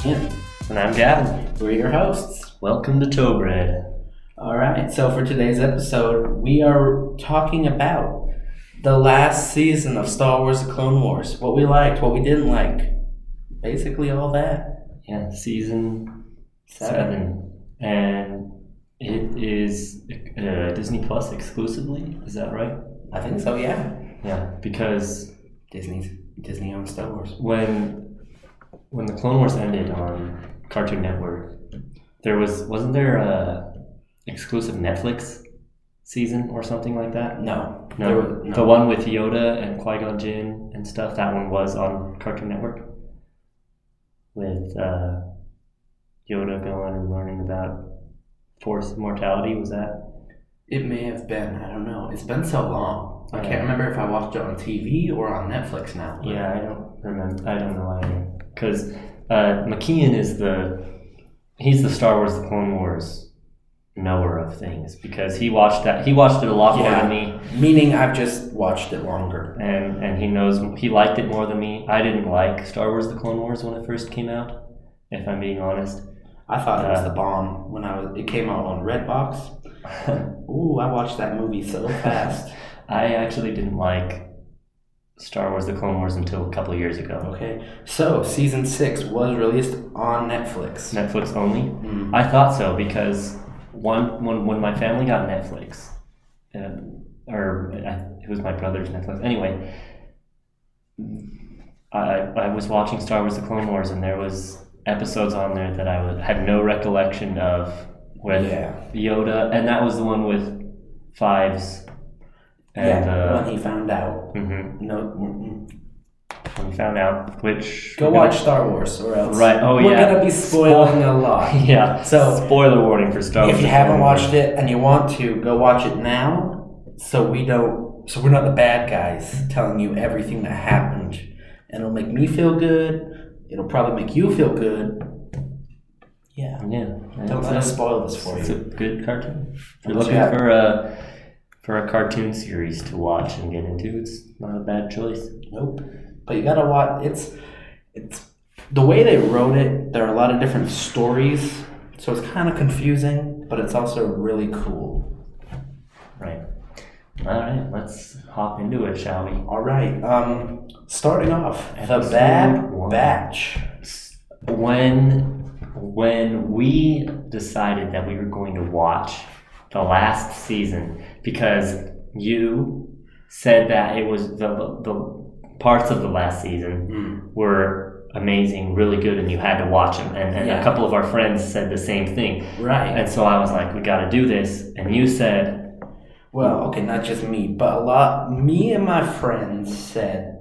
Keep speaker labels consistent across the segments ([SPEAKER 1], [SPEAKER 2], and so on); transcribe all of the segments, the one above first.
[SPEAKER 1] Tim.
[SPEAKER 2] And I'm Gavin.
[SPEAKER 1] We're your hosts.
[SPEAKER 2] Welcome to Toe Bread.
[SPEAKER 1] All right, so for today's episode, we are talking about the last season of Star Wars The Clone Wars. What we liked, what we didn't like. Basically, all that.
[SPEAKER 2] Yeah, season
[SPEAKER 1] Seven.
[SPEAKER 2] seven. And it is uh, Disney Plus exclusively. Is that right?
[SPEAKER 1] I think so, yeah.
[SPEAKER 2] Yeah, because
[SPEAKER 1] Disney's, Disney owns Star Wars.
[SPEAKER 2] when when the Clone Wars ended on Cartoon Network, there was wasn't there a exclusive Netflix season or something like that?
[SPEAKER 1] No.
[SPEAKER 2] No,
[SPEAKER 1] there were-
[SPEAKER 2] the one with Yoda and Qui Gon Jinn and stuff. That one was on Cartoon Network with uh, Yoda going and learning about force mortality. Was that?
[SPEAKER 1] It may have been. I don't know. It's been so long. I
[SPEAKER 2] Yeah.
[SPEAKER 1] can't remember if I watched it on TV or on Netflix now. but-
[SPEAKER 2] Yeah, I don't remember. I don't know either. Because uh, McKeon is the he's the Star Wars the Clone Wars knower of things because he watched that he watched it a lot more
[SPEAKER 1] Yeah.
[SPEAKER 2] than me
[SPEAKER 1] Meaning I've just watched it longer.
[SPEAKER 2] and and he knows he liked it more than me. I didn't like Star Wars: The Clone Wars when it first came out, if I'm being honest.
[SPEAKER 1] I thought it was
[SPEAKER 2] Uh,
[SPEAKER 1] the bomb when I was. It came out on Redbox. Ooh, I watched that movie so fast.
[SPEAKER 2] I actually didn't like Star Wars: The Clone Wars until a couple of years ago.
[SPEAKER 1] okay, so season six was released on Netflix.
[SPEAKER 2] Netflix only.
[SPEAKER 1] Mm.
[SPEAKER 2] I thought so because one when when my family got Netflix, uh, or I, it was my brother's Netflix. Anyway, I I was watching Star Wars: The Clone Wars, and there was episodes on there that I was, had no recollection of with
[SPEAKER 1] yeah,
[SPEAKER 2] Yoda, and that was the one with fives. And
[SPEAKER 1] yeah.
[SPEAKER 2] uh,
[SPEAKER 1] when he found out,
[SPEAKER 2] mhm,
[SPEAKER 1] no, mm-mm.
[SPEAKER 2] when we found out which
[SPEAKER 1] go
[SPEAKER 2] we're gonna-
[SPEAKER 1] watch Star Wars or else.
[SPEAKER 2] Right. Oh
[SPEAKER 1] We're
[SPEAKER 2] yeah.
[SPEAKER 1] gonna be spoiling a lot.
[SPEAKER 2] yeah.
[SPEAKER 1] So-
[SPEAKER 2] spoiler warning for Star Wars.
[SPEAKER 1] if you
[SPEAKER 2] The
[SPEAKER 1] haven't
[SPEAKER 2] Clone Wars.
[SPEAKER 1] watched it and you want to, go watch it now. So we don't. So we're not the bad guys telling you everything that happened, and it'll make me feel good. It'll probably make you feel good. Yeah.
[SPEAKER 2] yeah,
[SPEAKER 1] Don't
[SPEAKER 2] it's
[SPEAKER 1] let
[SPEAKER 2] a-
[SPEAKER 1] us spoil this for
[SPEAKER 2] It's a
[SPEAKER 1] you.
[SPEAKER 2] good cartoon. If you're
[SPEAKER 1] Unless
[SPEAKER 2] looking
[SPEAKER 1] you have-
[SPEAKER 2] for a for a cartoon series to watch and get into, it's not a bad choice.
[SPEAKER 1] Nope. But you gotta watch. It's it's the way they wrote it. There are a lot of different stories, so it's kind of confusing, but it's also really cool.
[SPEAKER 2] Right. All right. Let's hop into it, shall we?
[SPEAKER 1] All right. Um, starting off the
[SPEAKER 2] Episode
[SPEAKER 1] Bad
[SPEAKER 2] one.
[SPEAKER 1] Batch.
[SPEAKER 2] when when we decided that we were going to watch the last season because you said that it was the the parts of the last season
[SPEAKER 1] Hmm.
[SPEAKER 2] were amazing, really good, and you had to watch them. And, and
[SPEAKER 1] Yeah.
[SPEAKER 2] a couple of our friends said the same thing.
[SPEAKER 1] Right.
[SPEAKER 2] And so I was like, we got to do this. And you said,
[SPEAKER 1] Well, okay, not just me, but a lot. Me and my friends said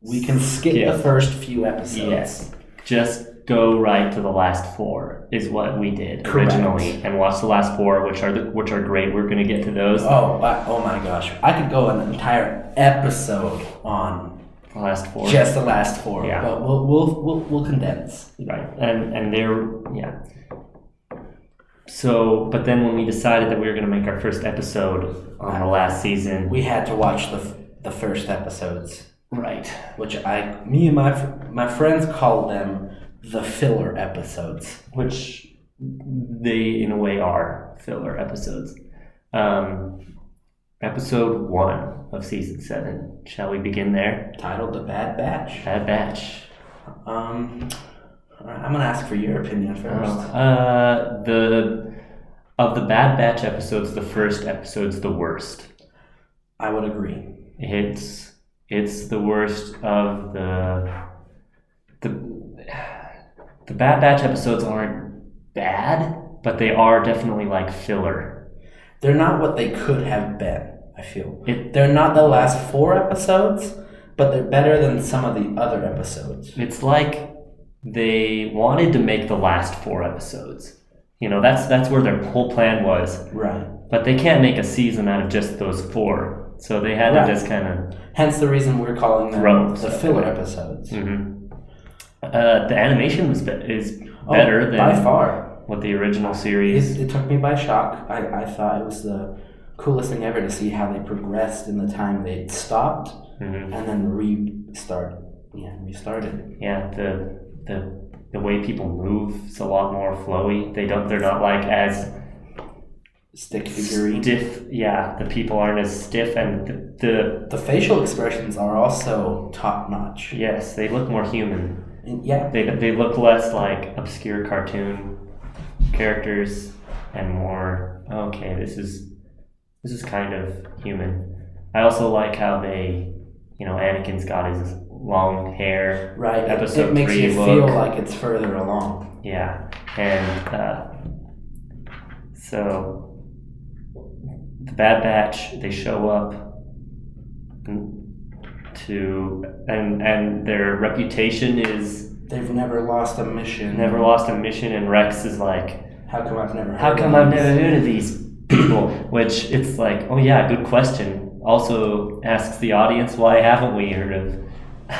[SPEAKER 1] we can skip
[SPEAKER 2] Skip.
[SPEAKER 1] the first few episodes.
[SPEAKER 2] yes, just go right to the last four is what we did
[SPEAKER 1] Correct.
[SPEAKER 2] originally, and watch the last four, which are the, which are great. We're going to get to those.
[SPEAKER 1] Oh, I, oh my gosh! I could go an entire episode on
[SPEAKER 2] The last four.
[SPEAKER 1] just the last four,
[SPEAKER 2] Yeah.
[SPEAKER 1] but we'll, we'll we'll we'll condense.
[SPEAKER 2] Right. And and they're yeah. So but then when we decided that we were gonna make our first episode on the last season
[SPEAKER 1] We had to watch the f- the first episodes,
[SPEAKER 2] Right.
[SPEAKER 1] which I, me and my fr- my friends called them the filler episodes.
[SPEAKER 2] Which they in a way are filler episodes. Um episode one of season seven. Shall we begin there?
[SPEAKER 1] Titled the Bad Batch.
[SPEAKER 2] Bad batch.
[SPEAKER 1] Um, all right, I'm gonna ask for your opinion first.
[SPEAKER 2] Oh. Uh the of the Bad Batch episodes, the first episode's the worst.
[SPEAKER 1] I would agree.
[SPEAKER 2] It's it's the worst of the the the Bad Batch episodes aren't bad, but they are definitely like filler.
[SPEAKER 1] they're not what they could have been. I feel
[SPEAKER 2] It-
[SPEAKER 1] they're not the last four episodes, but they're better than some of the other episodes.
[SPEAKER 2] It's like they wanted to make the last four episodes. You know, that's that's where their whole plan was,
[SPEAKER 1] Right.
[SPEAKER 2] but they can't make a season out of just those four. So they had
[SPEAKER 1] Right.
[SPEAKER 2] to just kind of
[SPEAKER 1] Hence the reason we're calling them
[SPEAKER 2] Throw
[SPEAKER 1] the
[SPEAKER 2] stuff
[SPEAKER 1] filler
[SPEAKER 2] away.
[SPEAKER 1] episodes.
[SPEAKER 2] mhm. uh, the animation was be- is better
[SPEAKER 1] oh,
[SPEAKER 2] than
[SPEAKER 1] by far.
[SPEAKER 2] what the original
[SPEAKER 1] It,
[SPEAKER 2] series.
[SPEAKER 1] it took me by shock. I, I thought it was the coolest thing ever to see how they progressed in the time they stopped
[SPEAKER 2] Mhm.
[SPEAKER 1] and then restart. Yeah, restarted.
[SPEAKER 2] Yeah, the the the way people move is a lot more flowy. They don't. They're not like as
[SPEAKER 1] Stick figurine.
[SPEAKER 2] stiff. Yeah, the people aren't as stiff, and the, the
[SPEAKER 1] the facial expressions are also top notch.
[SPEAKER 2] yes, they look more human.
[SPEAKER 1] And yeah,
[SPEAKER 2] They they look less like obscure cartoon characters, and more okay. This is this is kind of human. I also like how they, you know, Anakin's got his long hair
[SPEAKER 1] right. it-
[SPEAKER 2] Episode
[SPEAKER 1] it makes
[SPEAKER 2] three
[SPEAKER 1] you feel
[SPEAKER 2] look.
[SPEAKER 1] like it's further along.
[SPEAKER 2] Yeah, and uh, so the Bad Batch they show up to and and their reputation is
[SPEAKER 1] They've never lost a mission.
[SPEAKER 2] never lost a mission, and Rex is like,
[SPEAKER 1] How come I've never?
[SPEAKER 2] how
[SPEAKER 1] heard
[SPEAKER 2] come
[SPEAKER 1] of
[SPEAKER 2] I've
[SPEAKER 1] this?
[SPEAKER 2] never heard of these people? Which it's like, oh yeah, good question. Also asks the audience why haven't we heard of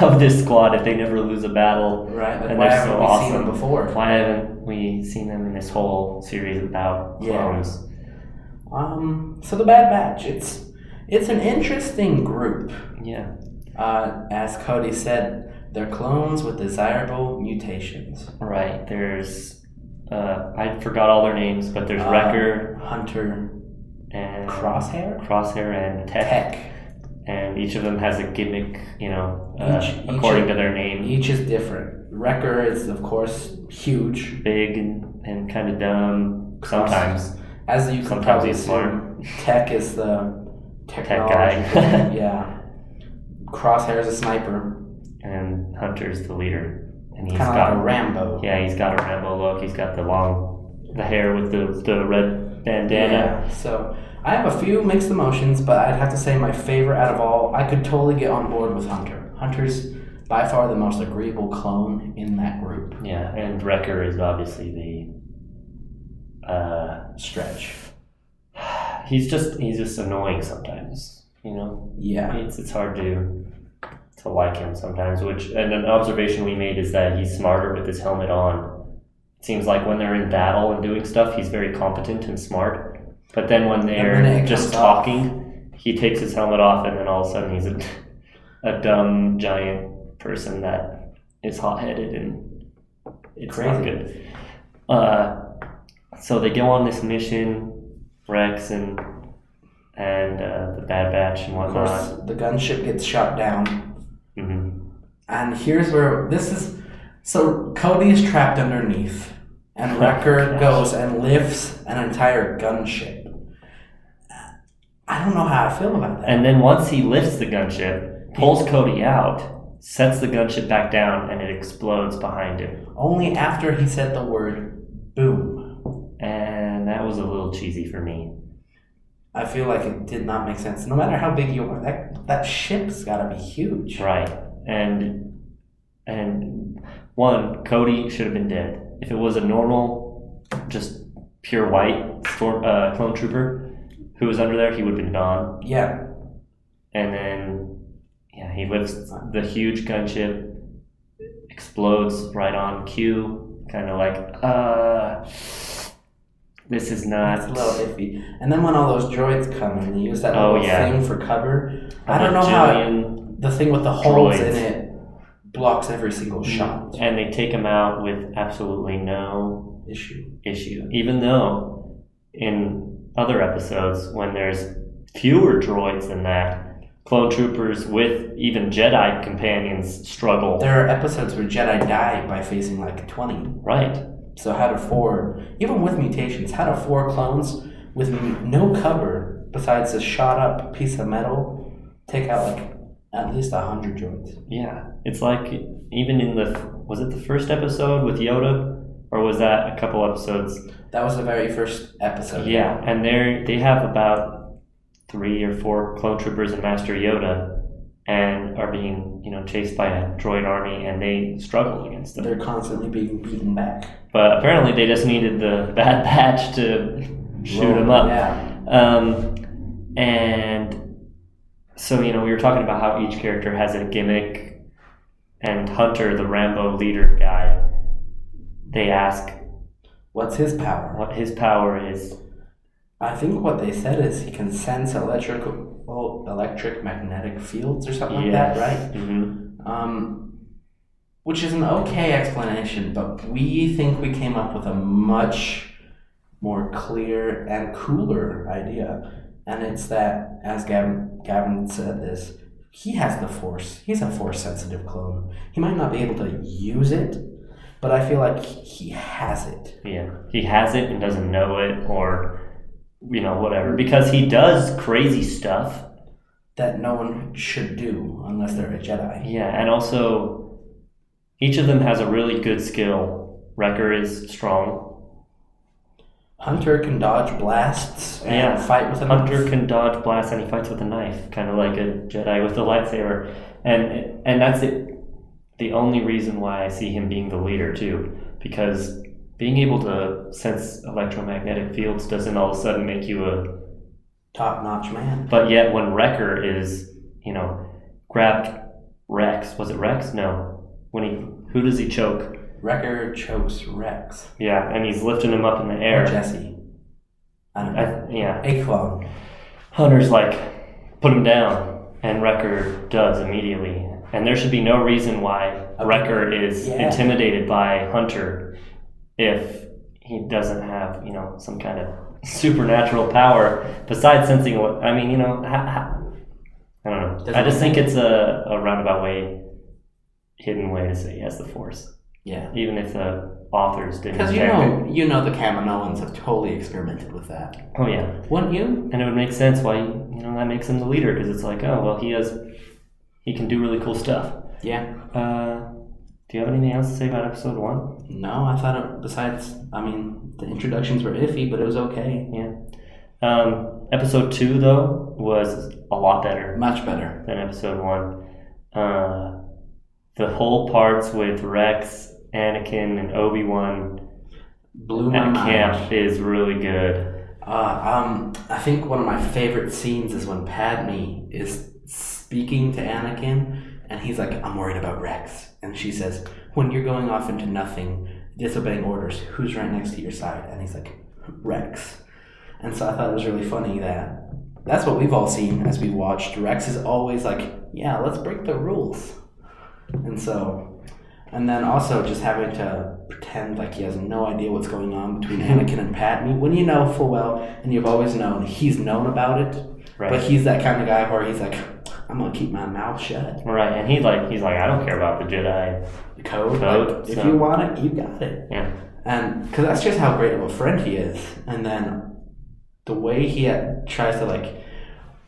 [SPEAKER 2] of this squad if they never lose a battle
[SPEAKER 1] Right. Like,
[SPEAKER 2] And
[SPEAKER 1] why
[SPEAKER 2] they're
[SPEAKER 1] haven't
[SPEAKER 2] so
[SPEAKER 1] we seen
[SPEAKER 2] awesome.
[SPEAKER 1] them before?
[SPEAKER 2] Why haven't we seen them in this whole series about
[SPEAKER 1] Yeah.
[SPEAKER 2] clones?
[SPEAKER 1] Um. So the Bad Batch. It's it's an interesting group.
[SPEAKER 2] Yeah.
[SPEAKER 1] Uh, as Cody said, they're clones with desirable mutations.
[SPEAKER 2] Right. There's uh, I forgot all their names, but there's
[SPEAKER 1] Uh,
[SPEAKER 2] Wrecker
[SPEAKER 1] Hunter
[SPEAKER 2] and
[SPEAKER 1] Crosshair.
[SPEAKER 2] Crosshair and Tech,
[SPEAKER 1] Tech.
[SPEAKER 2] and each of them has a gimmick, you know, uh,
[SPEAKER 1] Each- each
[SPEAKER 2] according
[SPEAKER 1] of-
[SPEAKER 2] to their name.
[SPEAKER 1] Each is different. Wrecker is of course huge.
[SPEAKER 2] Big and, and kind of dumb
[SPEAKER 1] Cross-
[SPEAKER 2] sometimes.
[SPEAKER 1] As you can
[SPEAKER 2] Sometimes
[SPEAKER 1] probably
[SPEAKER 2] he's
[SPEAKER 1] see,
[SPEAKER 2] smart.
[SPEAKER 1] Tech is the
[SPEAKER 2] Tech
[SPEAKER 1] technology.
[SPEAKER 2] guy,
[SPEAKER 1] yeah. Crosshair is a sniper.
[SPEAKER 2] and Hunter's the leader, and he's
[SPEAKER 1] Kind of like
[SPEAKER 2] got
[SPEAKER 1] a Rambo.
[SPEAKER 2] yeah, he's got a Rambo look. He's got the long, the hair with the the red bandana.
[SPEAKER 1] Yeah, So I have a few mixed emotions, but I'd have to say my favorite out of all, I could totally get on board with Hunter. Hunter's by far the most agreeable clone in that group.
[SPEAKER 2] Yeah, and Wrecker is obviously the. Uh,
[SPEAKER 1] Stretch.
[SPEAKER 2] he's just he's just annoying sometimes. You know,
[SPEAKER 1] Yeah.
[SPEAKER 2] it's it's hard to to like him sometimes. Which and an observation we made is that he's smarter with his helmet on. It seems like when they're in battle and doing stuff, he's very competent and smart. But then when they're
[SPEAKER 1] then it
[SPEAKER 2] just
[SPEAKER 1] comes off.
[SPEAKER 2] talking, he takes his helmet off, and then all of a sudden he's a, a dumb giant person that is hot headed and it's not
[SPEAKER 1] Crazy.
[SPEAKER 2] good. Uh, so they go on this mission, Rex and and uh, the Bad Batch and
[SPEAKER 1] Of
[SPEAKER 2] whatnot.
[SPEAKER 1] course, the gunship gets shot down.
[SPEAKER 2] hmm
[SPEAKER 1] And here's where this is. So Cody is trapped underneath, and Wrecker
[SPEAKER 2] Oh, Gosh.
[SPEAKER 1] goes and lifts an entire gunship. I don't know how I feel about that.
[SPEAKER 2] And then once he lifts the gunship, pulls Cody out, sets the gunship back down, and it explodes behind him.
[SPEAKER 1] Only after he said the word boom.
[SPEAKER 2] And that was a little cheesy for me.
[SPEAKER 1] I feel like it did not make sense. No matter how big you are, that that ship's gotta be huge.
[SPEAKER 2] Right. And and one, Cody should have been dead. If it was a normal, just pure white storm, uh, clone trooper who was under there, he would have been gone.
[SPEAKER 1] Yeah,
[SPEAKER 2] And then, yeah, he lifts the huge gunship, explodes right on cue, kind of like, uh, this is
[SPEAKER 1] that's
[SPEAKER 2] not.
[SPEAKER 1] a little iffy. And then when all those droids come and they use that
[SPEAKER 2] Oh,
[SPEAKER 1] little
[SPEAKER 2] yeah.
[SPEAKER 1] thing for cover,
[SPEAKER 2] a
[SPEAKER 1] I don't know how
[SPEAKER 2] bajillion-
[SPEAKER 1] the thing with the holes
[SPEAKER 2] Droids. Mm.
[SPEAKER 1] in it blocks every single shot
[SPEAKER 2] And they take him out with absolutely no
[SPEAKER 1] issue.
[SPEAKER 2] issue. Even though in other episodes, when there's fewer droids than that, clone troopers with even Jedi companions struggle.
[SPEAKER 1] There are episodes where Jedi die by facing like 20.
[SPEAKER 2] right.
[SPEAKER 1] So how do four, even with mutations, how do four clones with m- no cover besides a shot up piece of metal take out like at least 100 droids?
[SPEAKER 2] Yeah, it's like even in the was it the first episode with Yoda, or was that a couple episodes?
[SPEAKER 1] That was the very first episode.
[SPEAKER 2] Yeah, and they they have about three or four clone troopers and Master Yoda, and are being you know chased by a droid army, and they struggle against them.
[SPEAKER 1] They're constantly being beaten back.
[SPEAKER 2] But apparently, they just needed the Bad Batch to shoot them up.
[SPEAKER 1] Yeah.
[SPEAKER 2] Um, and so, you know, we were talking about how each character has a gimmick, and Hunter, the Rambo leader guy, they ask
[SPEAKER 1] What's his power?
[SPEAKER 2] what his power is.
[SPEAKER 1] I think what they said is he can sense electrical,
[SPEAKER 2] Mm-hmm.
[SPEAKER 1] oh, electric magnetic fields or something like that, right?
[SPEAKER 2] hmm
[SPEAKER 1] Um, which is an okay explanation, but we think we came up with a much more clear and cooler idea. And it's that, as Gavin, Gavin said this, he has the force. He's a force sensitive clone. He might not be able to use it, but I feel like he has it.
[SPEAKER 2] Yeah, he has it and doesn't know it, or you know whatever, because he does crazy stuff.
[SPEAKER 1] That no one should do unless they're a Jedi.
[SPEAKER 2] Yeah, and also each of them has a really good skill. Wrecker is strong.
[SPEAKER 1] Hunter can dodge blasts and
[SPEAKER 2] Yeah.
[SPEAKER 1] fight with a
[SPEAKER 2] Hunter can dodge blasts and he fights with a knife, kind of like a Jedi with a lightsaber, and and that's it. The only reason why I see him being the leader too, because being able to sense electromagnetic fields doesn't all of a sudden make you a
[SPEAKER 1] top notch man.
[SPEAKER 2] But yet, when Wrecker is, you know, grabbed Rex, was it Rex? No. When he, who does he choke?
[SPEAKER 1] Wrecker chokes Rex.
[SPEAKER 2] Yeah, and he's lifting him up in the
[SPEAKER 1] Or
[SPEAKER 2] air.
[SPEAKER 1] Jesse. I don't know.
[SPEAKER 2] I, yeah,
[SPEAKER 1] A clone.
[SPEAKER 2] Hunter's like, put him down, and Wrecker does immediately. And there should be no reason why Wrecker is
[SPEAKER 1] Yeah.
[SPEAKER 2] intimidated by Hunter if he doesn't have, you know, some kind of supernatural power besides sensing what. I mean, you know, ha, ha, I don't know. I
[SPEAKER 1] Doesn't
[SPEAKER 2] just think it's a, a roundabout way, hidden way to say he has the Force,
[SPEAKER 1] Yeah.
[SPEAKER 2] even if the authors didn't.
[SPEAKER 1] Because you
[SPEAKER 2] inject
[SPEAKER 1] know, you know the Kaminoans have totally experimented with that.
[SPEAKER 2] it. Oh yeah.
[SPEAKER 1] Wouldn't you?
[SPEAKER 2] and it would make sense why you know that makes him the leader because it's like oh well he has he can do really cool stuff
[SPEAKER 1] Yeah.
[SPEAKER 2] uh, do you have anything else to say about episode one
[SPEAKER 1] No, I thought it, besides, I mean, the introductions were iffy, but it was okay.
[SPEAKER 2] um, episode two though was a lot better
[SPEAKER 1] Much better.
[SPEAKER 2] than episode one uh, the whole parts with rex anakin and obi-wan
[SPEAKER 1] Blew Oh my
[SPEAKER 2] at
[SPEAKER 1] mind.
[SPEAKER 2] camp is really good
[SPEAKER 1] Uh, um, I think one of my favorite scenes is when Padme is speaking to Anakin, and he's like, "I'm worried about Rex," and she says, "When you're going off into nothing, disobeying orders, who's right next to your side?" And he's like, "Rex." And so I thought it was really funny that that's what we've all seen as we watched. Rex is always like, "Yeah, let's break the rules," and so. And then also just having to pretend like he has no idea what's going on between
[SPEAKER 2] Mm-hmm.
[SPEAKER 1] Anakin and Padme when you know full well and you've always known he's known about it.
[SPEAKER 2] right
[SPEAKER 1] But he's that kind of guy where he's like, I'm gonna keep my mouth shut.
[SPEAKER 2] right and he like he's like i don't care about the jedi
[SPEAKER 1] The code,
[SPEAKER 2] Code,
[SPEAKER 1] like, if
[SPEAKER 2] so-
[SPEAKER 1] you want it, you got it.
[SPEAKER 2] yeah
[SPEAKER 1] and because that's just how great of a friend he is and then the way he had, tries to like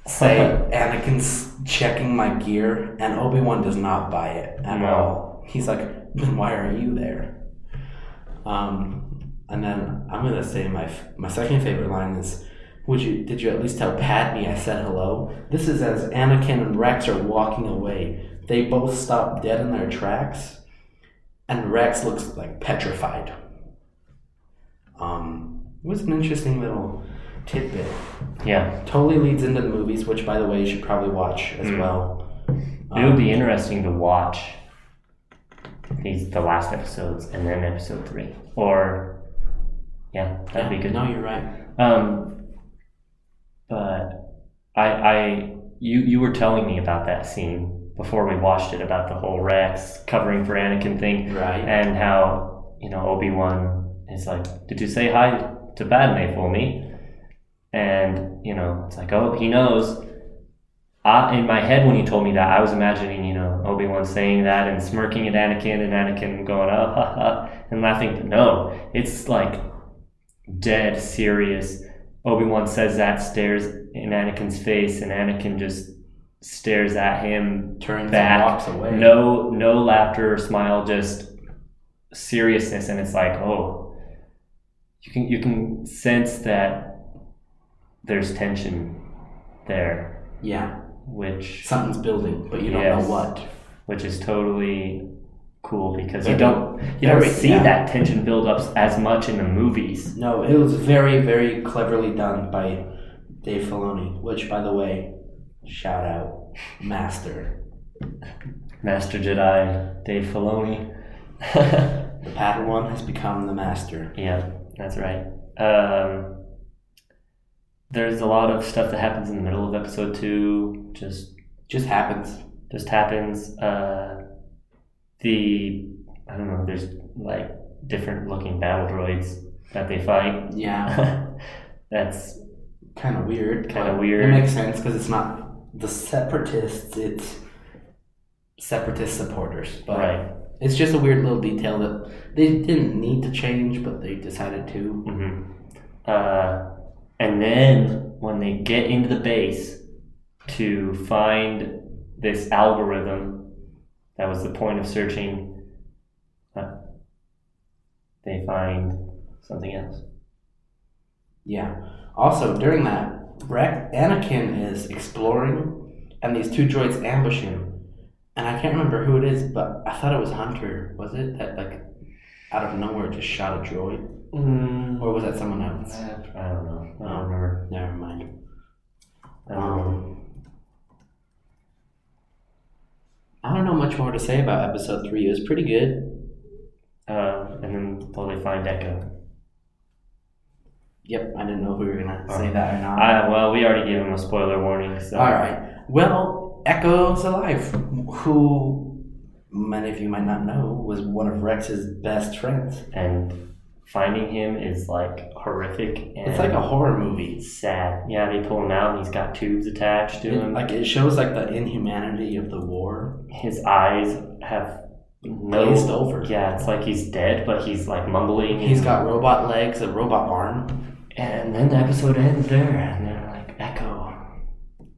[SPEAKER 1] say anakin's checking my gear and obi-wan does not buy it at
[SPEAKER 2] No.
[SPEAKER 1] all he's like then why are you there um and then i'm gonna say my f- my second favorite line is would you did you at least tell padme i said hello this is as anakin and rex are walking away they both stop dead in their tracks and Rex looks like petrified. Um, it was an interesting little tidbit.
[SPEAKER 2] yeah
[SPEAKER 1] Totally leads into the movies, which by the way you should probably watch as
[SPEAKER 2] Mm.
[SPEAKER 1] well. Um,
[SPEAKER 2] It would be interesting to watch these the last episodes and then episode three, or yeah, that'd be good.
[SPEAKER 1] No, you're right.
[SPEAKER 2] Um, but I, I, you, you were telling me about that scene before we watched it about the whole Rex covering for Anakin thing,
[SPEAKER 1] Right.
[SPEAKER 2] and how you know Obi Wan is like, did you say hi to Padme for me? And you know, it's like, oh, he knows. I, in my head, when you told me that, I was imagining, you know, Obi Wan saying that and smirking at Anakin, and Anakin going, oh, ha, ha, and laughing. But no, it's like dead serious. Obi Wan says that, stares in Anakin's face, and Anakin just stares at him
[SPEAKER 1] Turns and
[SPEAKER 2] back.
[SPEAKER 1] walks away.
[SPEAKER 2] no no laughter or smile just seriousness and it's like oh you can you can sense that there's tension there
[SPEAKER 1] Yeah.
[SPEAKER 2] which
[SPEAKER 1] Something's building, but you don't
[SPEAKER 2] Yes.
[SPEAKER 1] know what.
[SPEAKER 2] which is totally cool because you
[SPEAKER 1] Very-
[SPEAKER 2] don't you don't
[SPEAKER 1] very-
[SPEAKER 2] see
[SPEAKER 1] yeah.
[SPEAKER 2] that tension build up as much in the movies
[SPEAKER 1] No, it was very, very cleverly done by Dave Filoni, which by the way, shout out, master.
[SPEAKER 2] Master Jedi Dave Filoni
[SPEAKER 1] The Padawan has become the master.
[SPEAKER 2] Yeah, that's right. Um, there's a lot of stuff that happens in the middle of episode two. Just
[SPEAKER 1] Just happens.
[SPEAKER 2] just happens. Uh, the I don't know. There's like different looking battle droids that they fight.
[SPEAKER 1] Yeah,
[SPEAKER 2] That's
[SPEAKER 1] kind of weird.
[SPEAKER 2] kind of
[SPEAKER 1] but
[SPEAKER 2] weird.
[SPEAKER 1] It makes sense because it's not the separatists; it's separatist supporters. But
[SPEAKER 2] right.
[SPEAKER 1] it's just a weird little detail that they didn't need to change, but they decided to.
[SPEAKER 2] hmm Uh, and then when they get into the base to find this algorithm, that was the point of searching. Uh, they find something else.
[SPEAKER 1] Yeah. Also, during that wreck, Anakin is exploring, and these two droids ambush him. And I can't remember who it is, but I thought it was Hunter. Was it that like out of nowhere just shot a droid, or was that someone else?
[SPEAKER 2] I don't know. I don't remember.
[SPEAKER 1] Never mind.
[SPEAKER 2] I don't remember.
[SPEAKER 1] Um, I don't know much more to say about episode three. It was pretty good.
[SPEAKER 2] Uh, and then well, they find Echo.
[SPEAKER 1] Yep, I didn't know if we were gonna say
[SPEAKER 2] Alright.
[SPEAKER 1] that or not.
[SPEAKER 2] Uh, I, well, we already gave him a spoiler warning. So
[SPEAKER 1] All right. Well, Echo's alive. Who many of you might not know was one of Rex's best friends.
[SPEAKER 2] and finding him is like horrific and
[SPEAKER 1] It's like a horror movie.
[SPEAKER 2] it's sad. Yeah, they pull him out and he's got tubes attached to
[SPEAKER 1] It-
[SPEAKER 2] him.
[SPEAKER 1] like it shows like the inhumanity of the war
[SPEAKER 2] His eyes have
[SPEAKER 1] glazed
[SPEAKER 2] no.
[SPEAKER 1] over.
[SPEAKER 2] Yeah, it's like he's dead, but he's like mumbling.
[SPEAKER 1] He's got robot legs, a robot arm.
[SPEAKER 2] And then the episode ends there, and they're like Echo,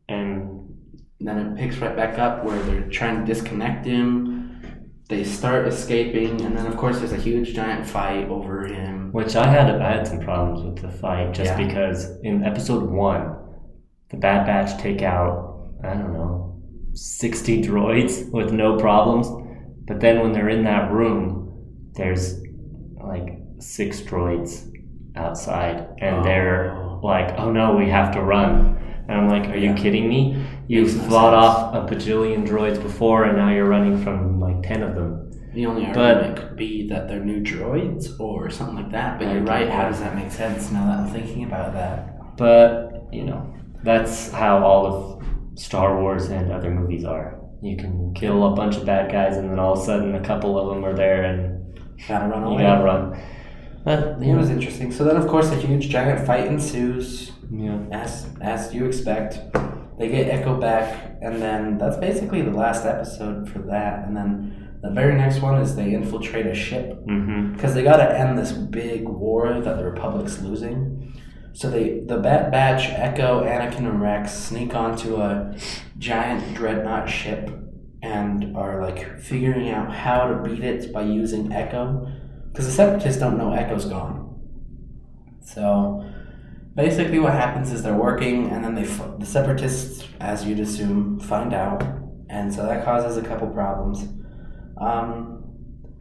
[SPEAKER 2] and
[SPEAKER 1] And then it picks right back up where they're trying to disconnect him. They start escaping, and then of course there's a huge giant fight over him.
[SPEAKER 2] which I had I had some problems with the fight just
[SPEAKER 1] Yeah.
[SPEAKER 2] because in episode one, the Bad Batch take out I don't know sixty droids with no problems, but then when they're in that room, there's like six droids outside, and they're
[SPEAKER 1] Oh.
[SPEAKER 2] like, oh no, we have to run. And I'm like, are you
[SPEAKER 1] Yeah.
[SPEAKER 2] kidding me? You
[SPEAKER 1] Makes no
[SPEAKER 2] fought
[SPEAKER 1] sense.
[SPEAKER 2] off a bajillion droids before, and now you're running from like ten of them.
[SPEAKER 1] The only
[SPEAKER 2] But-
[SPEAKER 1] argument could be that they're new droids or something like that. But
[SPEAKER 2] I
[SPEAKER 1] you're
[SPEAKER 2] get
[SPEAKER 1] right. How
[SPEAKER 2] that.
[SPEAKER 1] does that make sense now that I'm thinking about that?
[SPEAKER 2] But, you know, that's how all of Star Wars and other movies are. You can kill a bunch of bad guys and then all of a sudden a couple of them are there and
[SPEAKER 1] Gotta run
[SPEAKER 2] you
[SPEAKER 1] away.
[SPEAKER 2] gotta run. Uh, But,
[SPEAKER 1] It
[SPEAKER 2] you
[SPEAKER 1] was
[SPEAKER 2] know,
[SPEAKER 1] interesting. So then, of course, a huge giant fight ensues,
[SPEAKER 2] yeah.
[SPEAKER 1] as as you expect. They get Echo back, and then that's basically the last episode for that. And then the very next one is they infiltrate a ship
[SPEAKER 2] Mm-hmm.
[SPEAKER 1] because they got to end this big war that the Republic's losing. So they the Bat Batch, Echo, Anakin, and Rex sneak onto a giant dreadnought ship and are like figuring out how to beat it by using Echo, because the Separatists don't know Echo's gone. So basically, what happens is they're working, and then they f- the Separatists, as you'd assume, find out, and so that causes a couple problems. Um,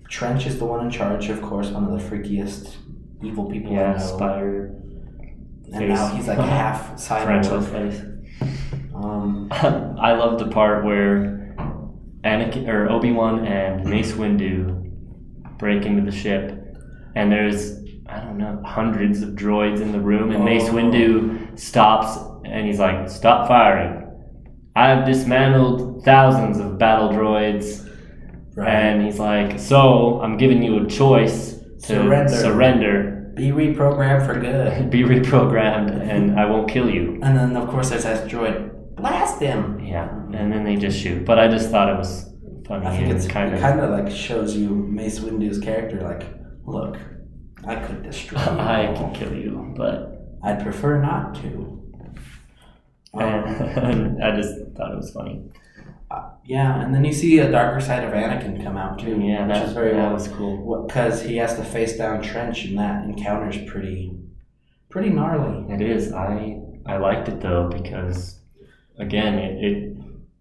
[SPEAKER 1] Trench is the one in charge, of course, one of the freakiest evil people
[SPEAKER 2] Yeah,
[SPEAKER 1] I know.
[SPEAKER 2] Spire,
[SPEAKER 1] and now
[SPEAKER 2] face.
[SPEAKER 1] he's like half
[SPEAKER 2] French
[SPEAKER 1] cyborg.
[SPEAKER 2] face.
[SPEAKER 1] Um,
[SPEAKER 2] I love the part where Anakin or Obi Wan and Mace Windu break into the ship, and there's I don't know hundreds of droids in the room, and Mace
[SPEAKER 1] Oh.
[SPEAKER 2] Windu stops and he's like, "Stop firing! I've dismantled thousands of battle droids,"
[SPEAKER 1] right.
[SPEAKER 2] and he's like, "So I'm giving you a choice to
[SPEAKER 1] Surrender.
[SPEAKER 2] surrender,
[SPEAKER 1] Be reprogrammed for good.
[SPEAKER 2] be reprogrammed, and I won't kill you."
[SPEAKER 1] And then, of course, there's that droid. Blast him!
[SPEAKER 2] Yeah, and then they just shoot. But I just thought it was funny.
[SPEAKER 1] I think
[SPEAKER 2] and
[SPEAKER 1] it's kind of kind of like shows you Mace Windu's character. Like, look, I could destroy you.
[SPEAKER 2] I can kill you, but
[SPEAKER 1] I'd prefer not to. Um,
[SPEAKER 2] and I just thought it was funny.
[SPEAKER 1] yeah, and then you see a darker side of Anakin come out too.
[SPEAKER 2] Yeah,
[SPEAKER 1] which
[SPEAKER 2] that,
[SPEAKER 1] is very
[SPEAKER 2] that
[SPEAKER 1] well
[SPEAKER 2] was cool.
[SPEAKER 1] because he has to face down Trench, and that encounter's pretty, pretty gnarly.
[SPEAKER 2] It is. I I liked it though because again, it, it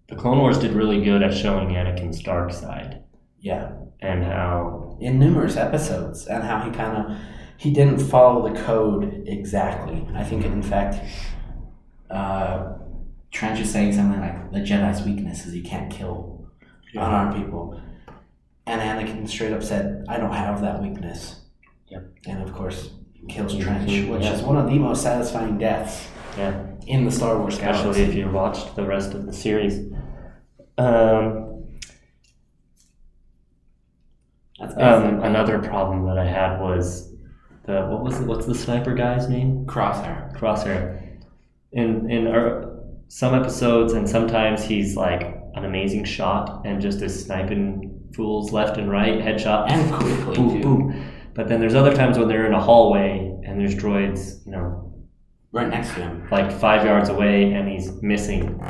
[SPEAKER 2] the Clone Wars did really good at showing Anakin's dark side
[SPEAKER 1] Yeah,
[SPEAKER 2] and how
[SPEAKER 1] in numerous episodes, and how he kind of he didn't follow the code exactly. I think, in fact, uh, Trench is saying something like, "The Jedi's weakness is you can't kill unarmed people," and Anakin straight up said, "I don't have that weakness."
[SPEAKER 2] Yep.
[SPEAKER 1] And of course, kills
[SPEAKER 2] Yeah,
[SPEAKER 1] Trench,
[SPEAKER 2] yeah.
[SPEAKER 1] which is one of the most satisfying deaths
[SPEAKER 2] yeah,
[SPEAKER 1] in the Star Wars
[SPEAKER 2] especially
[SPEAKER 1] galaxy.
[SPEAKER 2] if you watched the rest of the series. Um,
[SPEAKER 1] That's basic.
[SPEAKER 2] Um, another problem that I had was the what was it, what's the sniper guy's name?
[SPEAKER 1] Crosshair.
[SPEAKER 2] Crosshair. In in our, some episodes, and sometimes he's like an amazing shot and just is sniping fools left and right, headshot,
[SPEAKER 1] And quickly,
[SPEAKER 2] boom,
[SPEAKER 1] too.
[SPEAKER 2] boom. But then there's other times when they're in a hallway and there's droids, you know,
[SPEAKER 1] Right next to him.
[SPEAKER 2] like five yards away, and he's missing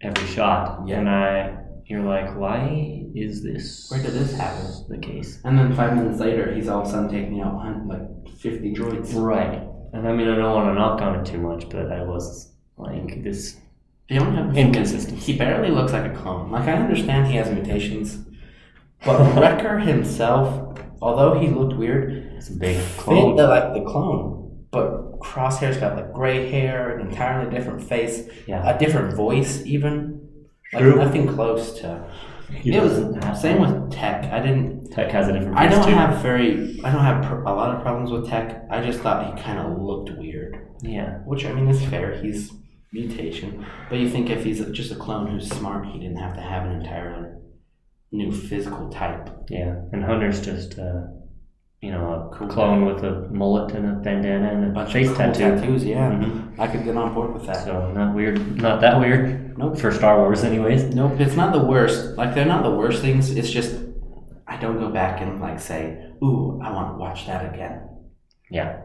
[SPEAKER 2] every shot.
[SPEAKER 1] Yeah.
[SPEAKER 2] And I, you're like, why is this?
[SPEAKER 1] Where did this happen?
[SPEAKER 2] The case.
[SPEAKER 1] And then five minutes later, he's all of a sudden taking out hun- like 50 droids.
[SPEAKER 2] Right. And I mean, I don't want to knock on it too much, but I was like this
[SPEAKER 1] They only have a few
[SPEAKER 2] inconsistent.
[SPEAKER 1] He barely looks like a clone. Like, I understand he has mutations, but Wrecker himself, although he looked weird,
[SPEAKER 2] It's a big
[SPEAKER 1] fit
[SPEAKER 2] clone.
[SPEAKER 1] the, like the clone. But Crosshair's got like gray hair, an entirely different face,
[SPEAKER 2] Yeah.
[SPEAKER 1] a different voice, even. Like,
[SPEAKER 2] True.
[SPEAKER 1] nothing close to.
[SPEAKER 2] He
[SPEAKER 1] it
[SPEAKER 2] doesn't have
[SPEAKER 1] was same with Tech. I didn't.
[SPEAKER 2] Tech has a different.
[SPEAKER 1] I
[SPEAKER 2] voice,
[SPEAKER 1] don't
[SPEAKER 2] too.
[SPEAKER 1] have very. I don't have pr- a lot of problems with Tech. I just thought he kind of looked weird.
[SPEAKER 2] Yeah.
[SPEAKER 1] Which I mean is fair. He's mutation, but you think if he's a, just a clone who's smart, he didn't have to have an entire new physical type.
[SPEAKER 2] Yeah. And Hunter's just, uh, you know, a
[SPEAKER 1] Cool
[SPEAKER 2] clone with a mullet and a bandana and a face
[SPEAKER 1] cool
[SPEAKER 2] tattoo.
[SPEAKER 1] tattoos. Yeah,
[SPEAKER 2] Mhm.
[SPEAKER 1] I could get on board with that.
[SPEAKER 2] So not weird. Not that weird
[SPEAKER 1] Nope.
[SPEAKER 2] for Star Wars, anyways.
[SPEAKER 1] Nope, it's not the worst. Like they're not the worst things. It's just I don't go back and like say, "Ooh, I want to watch that again."
[SPEAKER 2] Yeah.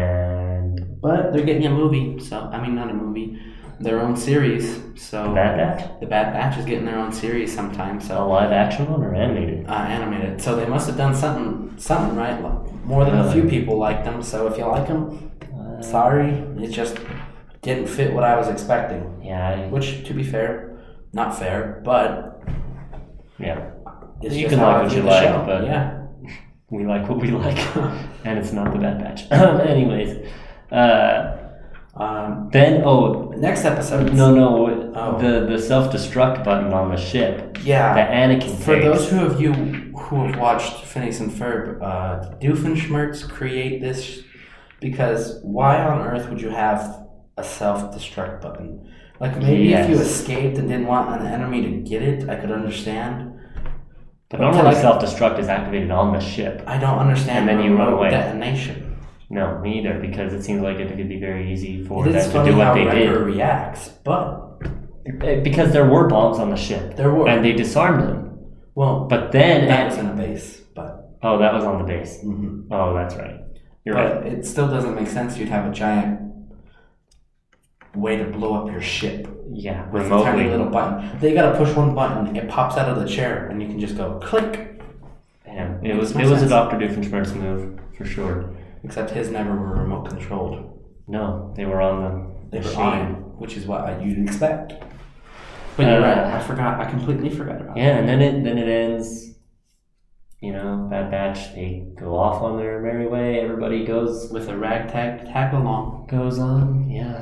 [SPEAKER 2] And
[SPEAKER 1] But they're getting a movie, so I mean, not a movie, their own series. So
[SPEAKER 2] Bad Batch,
[SPEAKER 1] the Bad Batch is getting their own series sometime. So
[SPEAKER 2] a live action one or animated?
[SPEAKER 1] uh, animated. So they must have done something, something right. Like, More than a few people like them. So if you like them,
[SPEAKER 2] Uh,
[SPEAKER 1] sorry, it just didn't fit what I was expecting.
[SPEAKER 2] Yeah. I-
[SPEAKER 1] Which, to be fair, not fair, but
[SPEAKER 2] Yeah.
[SPEAKER 1] it's
[SPEAKER 2] You
[SPEAKER 1] just
[SPEAKER 2] can
[SPEAKER 1] how
[SPEAKER 2] like
[SPEAKER 1] I
[SPEAKER 2] what
[SPEAKER 1] view
[SPEAKER 2] you
[SPEAKER 1] the
[SPEAKER 2] like,
[SPEAKER 1] show.
[SPEAKER 2] but-
[SPEAKER 1] yeah,
[SPEAKER 2] We like what we like, and it's not the Bad Batch. Um, Anyways, uh,
[SPEAKER 1] um,
[SPEAKER 2] then oh
[SPEAKER 1] next episode.
[SPEAKER 2] no no
[SPEAKER 1] Oh.
[SPEAKER 2] the the self destruct button on the ship
[SPEAKER 1] Yeah.
[SPEAKER 2] that Anakin
[SPEAKER 1] For
[SPEAKER 2] takes.
[SPEAKER 1] those who of you who have watched Phineas and Ferb, uh, Doofenshmirtz create this sh- because why on earth would you have a self destruct button? Like maybe if you
[SPEAKER 2] Yes.
[SPEAKER 1] escaped and didn't want an enemy to get it, I could understand.
[SPEAKER 2] but normally
[SPEAKER 1] like-
[SPEAKER 2] self destruct is activated on the ship.
[SPEAKER 1] I don't understand.
[SPEAKER 2] And then you run
[SPEAKER 1] remote
[SPEAKER 2] away.
[SPEAKER 1] Detonation.
[SPEAKER 2] No, me neither, because it seems like it could be very easy for
[SPEAKER 1] It is
[SPEAKER 2] them to
[SPEAKER 1] funny
[SPEAKER 2] do
[SPEAKER 1] how
[SPEAKER 2] what they
[SPEAKER 1] Wrecker
[SPEAKER 2] did.
[SPEAKER 1] reacts, but
[SPEAKER 2] Eh, Because there were bombs on the ship,
[SPEAKER 1] there were
[SPEAKER 2] and they disarmed them.
[SPEAKER 1] well,
[SPEAKER 2] But then
[SPEAKER 1] that was in a base, but
[SPEAKER 2] oh, that was on the base.
[SPEAKER 1] mhm.
[SPEAKER 2] Oh, that's right. You're right.
[SPEAKER 1] but it still doesn't make sense. You'd have a giant way to blow up your ship.
[SPEAKER 2] Yeah,
[SPEAKER 1] with a tiny
[SPEAKER 2] remotely.
[SPEAKER 1] little button. They gotta push one button, it pops out of the chair, and you can just go click.
[SPEAKER 2] Yeah, it
[SPEAKER 1] Makes
[SPEAKER 2] was
[SPEAKER 1] more
[SPEAKER 2] it was a
[SPEAKER 1] sense.
[SPEAKER 2] Doctor Doofenshmirtz move for sure.
[SPEAKER 1] Except his never were remote controlled.
[SPEAKER 2] No, they were on
[SPEAKER 1] They
[SPEAKER 2] the
[SPEAKER 1] were
[SPEAKER 2] machine.
[SPEAKER 1] on it, which is what I- you'd expect. But you're
[SPEAKER 2] Uh,
[SPEAKER 1] right, I forgot, I completely forgot about
[SPEAKER 2] Yeah, and then it then it ends. You know, Bad Batch. They go off on their merry way. Everybody goes
[SPEAKER 1] it. With a ragtag tag along.
[SPEAKER 2] goes on. Yeah.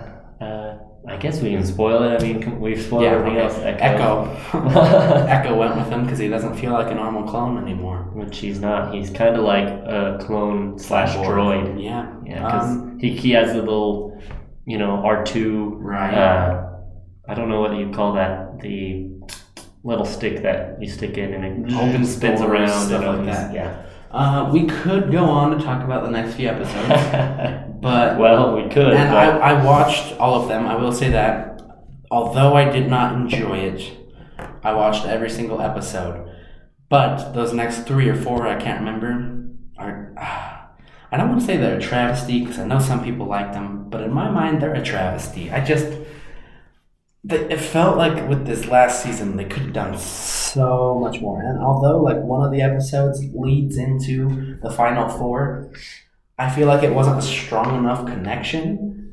[SPEAKER 2] Uh, I guess we can spoil it. I mean, can- we've spoiled
[SPEAKER 1] Yeah,
[SPEAKER 2] everything
[SPEAKER 1] okay.
[SPEAKER 2] else. Echo,
[SPEAKER 1] Echo. Echo went with him because he doesn't feel like a normal clone anymore.
[SPEAKER 2] which he's not. He's kind of like a clone slash
[SPEAKER 1] Or-
[SPEAKER 2] droid.
[SPEAKER 1] Yeah.
[SPEAKER 2] Yeah, because
[SPEAKER 1] Um,
[SPEAKER 2] he he has a little, you know, R two.
[SPEAKER 1] right.
[SPEAKER 2] Uh, I don't know what you call that. The little stick that you stick in and it opens, spins
[SPEAKER 1] Doors,
[SPEAKER 2] around,
[SPEAKER 1] stuff
[SPEAKER 2] and
[SPEAKER 1] like
[SPEAKER 2] opens.
[SPEAKER 1] that.
[SPEAKER 2] Yeah.
[SPEAKER 1] Uh, we could go on to talk about the next few episodes, but
[SPEAKER 2] well, we could.
[SPEAKER 1] And
[SPEAKER 2] but
[SPEAKER 1] I, I watched all of them. I will say that, although I did not enjoy it, I watched every single episode. But those next three or four, I can't remember, are. ah, I don't want to say they're a travesty because I know some people like them, but in my mind, they're a travesty. I just. the- It felt like with this last season, they could have done so much more. And although, like, one of the episodes leads into the final four, I feel like it wasn't a strong enough connection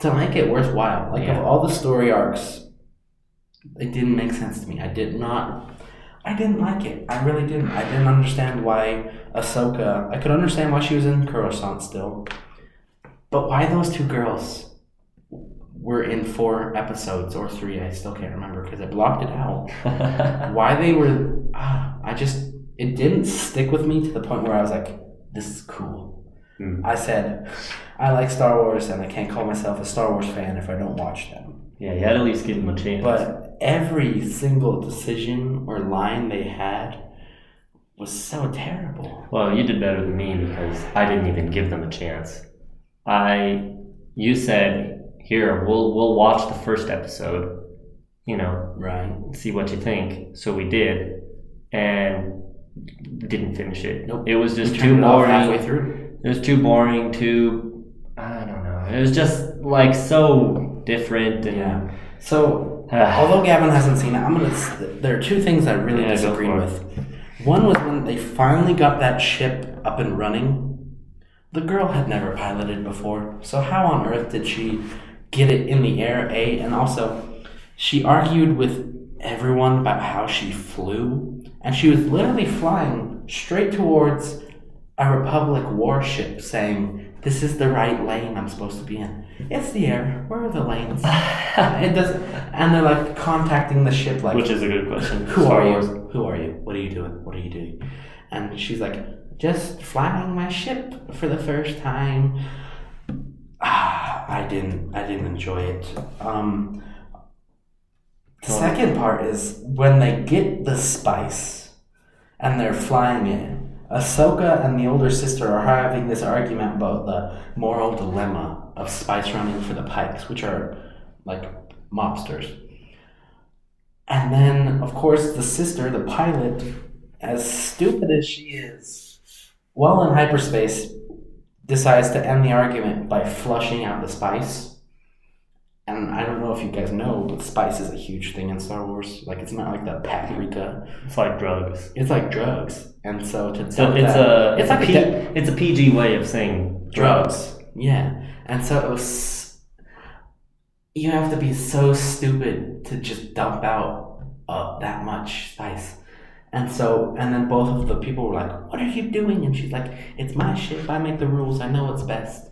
[SPEAKER 1] to make it worthwhile. Like
[SPEAKER 2] Yeah.
[SPEAKER 1] of all the story arcs, it didn't make sense to me. I did not. I didn't like it. I really didn't. I didn't understand why Ahsoka. I could understand why she was in Coruscant still, but why those two girls were in four episodes or three? I still can't remember because I blocked it out why they were ah, i just it didn't stick with me to the point where i was like this is cool
[SPEAKER 2] Hmm.
[SPEAKER 1] i said i like star wars and i can't call myself a star wars fan if i don't watch them
[SPEAKER 2] yeah, you had to at least give him a chance.
[SPEAKER 1] but every single decision or line they had was so terrible.
[SPEAKER 2] Well, you did better than me because I didn't even give them a chance. I, you said here we'll we'll watch the first episode, you know,
[SPEAKER 1] Right.
[SPEAKER 2] see what you think. So we did, and didn't finish it.
[SPEAKER 1] Nope.
[SPEAKER 2] It was just
[SPEAKER 1] We
[SPEAKER 2] too
[SPEAKER 1] turned it off
[SPEAKER 2] boring.
[SPEAKER 1] halfway through.
[SPEAKER 2] It was too boring. Too I don't know. It was just like so different and.
[SPEAKER 1] Yeah. So
[SPEAKER 2] Ah,
[SPEAKER 1] Although Gavin hasn't seen it, I'm gonna. s- There are two things I really
[SPEAKER 2] Yeah, go
[SPEAKER 1] disagree
[SPEAKER 2] for it.
[SPEAKER 1] with. One was when they finally got that ship up and running. The girl had never piloted before, so how on earth did she get it in the air? A and also, she argued with everyone about how she flew, and she was literally flying straight towards a Republic warship, saying, "This is the right lane I'm supposed to be in. It's the air. Where are the lanes?" it doesn't, and they're like contacting the ship, like,
[SPEAKER 2] which is a good question.
[SPEAKER 1] "Who
[SPEAKER 2] Star
[SPEAKER 1] are you?
[SPEAKER 2] Wars.
[SPEAKER 1] Who are you? What are you doing? What are you doing?" And she's like, "Just flying my ship for the first time." Ah, I didn't, I didn't enjoy it. Um, the
[SPEAKER 2] Well-
[SPEAKER 1] second part is when they get the spice and they're flying it. Ahsoka and the older sister are having this argument about the moral dilemma of spice running for the pikes, which are like mobsters. And then, of course, the sister, the pilot, as stupid as she is, while in hyperspace, decides to end the argument by flushing out the spice. And I don't know if you guys know, but spice is a huge thing in Star Wars. Like, it's not like the paprika,
[SPEAKER 2] It's like drugs.
[SPEAKER 1] it's like drugs. And so to
[SPEAKER 2] So
[SPEAKER 1] dump
[SPEAKER 2] it's
[SPEAKER 1] that-
[SPEAKER 2] a
[SPEAKER 1] It's
[SPEAKER 2] it's,
[SPEAKER 1] like a
[SPEAKER 2] a P,
[SPEAKER 1] de-
[SPEAKER 2] it's a PG way of saying
[SPEAKER 1] drugs. Yeah. And so it was. You have to be so stupid to just dump out uh, that much spice. And so, and then both of the people were like, What are you doing? And she's like, It's my shit. I make the rules. I know what's best.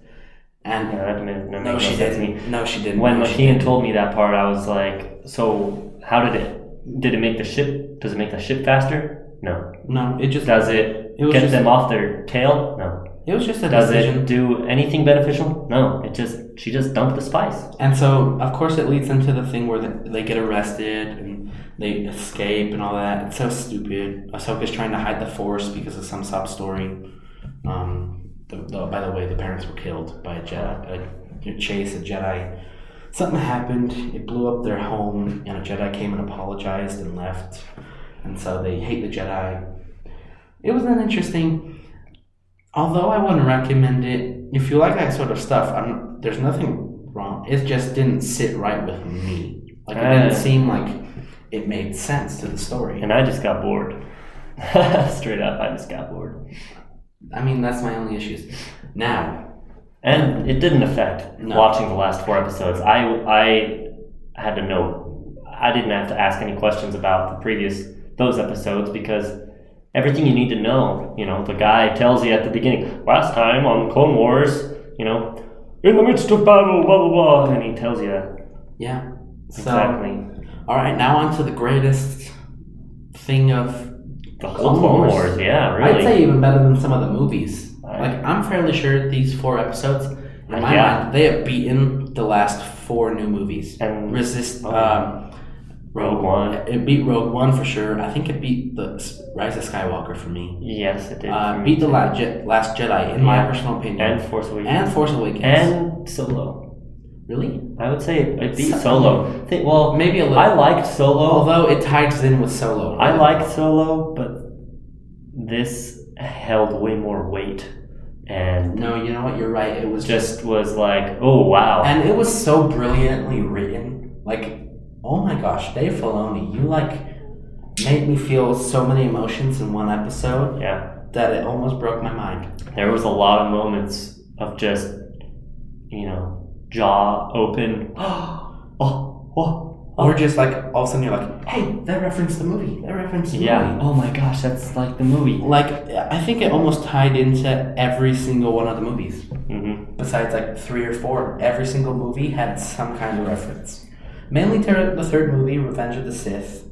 [SPEAKER 1] And
[SPEAKER 2] Yeah, that meant, that
[SPEAKER 1] no,
[SPEAKER 2] makes
[SPEAKER 1] she
[SPEAKER 2] sense to me.
[SPEAKER 1] didn't. No, she didn't.
[SPEAKER 2] When
[SPEAKER 1] no, she
[SPEAKER 2] Lakian
[SPEAKER 1] didn't.
[SPEAKER 2] told me that part, I was like, so how did it? Did it make the ship? Does it make the ship faster? No.
[SPEAKER 1] No, it just.
[SPEAKER 2] Does it
[SPEAKER 1] It was
[SPEAKER 2] get
[SPEAKER 1] just-
[SPEAKER 2] them off their tail? No.
[SPEAKER 1] It was just a
[SPEAKER 2] Does
[SPEAKER 1] decision.
[SPEAKER 2] it do anything beneficial? No. It just she just dumped the spice.
[SPEAKER 1] And so, of course, it leads into the thing where they, they get arrested and they escape and all that. It's so stupid. Ahsoka's trying to hide the Force because of some sob story. Um, the, the, by the way, the parents were killed by a Jedi. A, a chase a Jedi. Something happened. It blew up their home, and a Jedi came and apologized and left. And so they hate the Jedi. It was an interesting although I wouldn't recommend it, if you like that sort of stuff, I'm, there's nothing wrong. It just didn't sit right with me. Like it
[SPEAKER 2] Ah.
[SPEAKER 1] didn't seem like it made sense to the story.
[SPEAKER 2] And I just got bored. Straight up, I just got bored.
[SPEAKER 1] I mean, that's my only issues. Now,
[SPEAKER 2] And it didn't affect
[SPEAKER 1] No.
[SPEAKER 2] watching the last four episodes. I I had to know I didn't have to ask any questions about the previous those episodes because everything you need to know, you know, the guy tells you at the beginning, last time on Clone Wars, you know, in the midst of battle, blah blah blah and he tells you
[SPEAKER 1] yeah. So,
[SPEAKER 2] exactly
[SPEAKER 1] all right, now on to the greatest thing of
[SPEAKER 2] the whole
[SPEAKER 1] Clone
[SPEAKER 2] Clone
[SPEAKER 1] Wars.
[SPEAKER 2] Wars, yeah, really.
[SPEAKER 1] I'd say even better than some of the movies.
[SPEAKER 2] Right.
[SPEAKER 1] Like I'm fairly sure these four episodes, in my
[SPEAKER 2] Yeah.
[SPEAKER 1] mind, they have beaten the last four new movies.
[SPEAKER 2] And-
[SPEAKER 1] Resist
[SPEAKER 2] Oh.
[SPEAKER 1] um,
[SPEAKER 2] Rogue One.
[SPEAKER 1] It beat Rogue One for sure. I think it beat the S- Rise of Skywalker for me.
[SPEAKER 2] yes, it did. for
[SPEAKER 1] Uh,
[SPEAKER 2] me
[SPEAKER 1] beat the
[SPEAKER 2] too.
[SPEAKER 1] Last, Je- Last Jedi in my
[SPEAKER 2] Yeah.
[SPEAKER 1] personal opinion.
[SPEAKER 2] and Force Awakens
[SPEAKER 1] And Force Awakens.
[SPEAKER 2] and Solo.
[SPEAKER 1] really,
[SPEAKER 2] I would say it, it beat
[SPEAKER 1] So-
[SPEAKER 2] Solo. Think, well,
[SPEAKER 1] maybe a little.
[SPEAKER 2] I liked Solo.
[SPEAKER 1] Although it ties in with Solo.
[SPEAKER 2] I liked Solo, but this held way more weight and
[SPEAKER 1] No, you know what? You're right. It was
[SPEAKER 2] just was like, oh wow.
[SPEAKER 1] And it was so brilliantly written. Like, oh my gosh, Dave Filoni, you like made me feel so many emotions in one episode
[SPEAKER 2] yeah,
[SPEAKER 1] that it almost broke my mind.
[SPEAKER 2] there was a lot of moments of just, you know, jaw open. oh, oh,
[SPEAKER 1] Or just like all of a sudden you're like, hey, that referenced the movie. That referenced the
[SPEAKER 2] yeah.
[SPEAKER 1] movie.
[SPEAKER 2] Oh my gosh, that's like the movie.
[SPEAKER 1] Like, I think it almost tied into every single one of the movies.
[SPEAKER 2] hmm
[SPEAKER 1] Besides like three or four, every single movie had some kind of reference. Mainly to the third movie, Revenge of the Sith.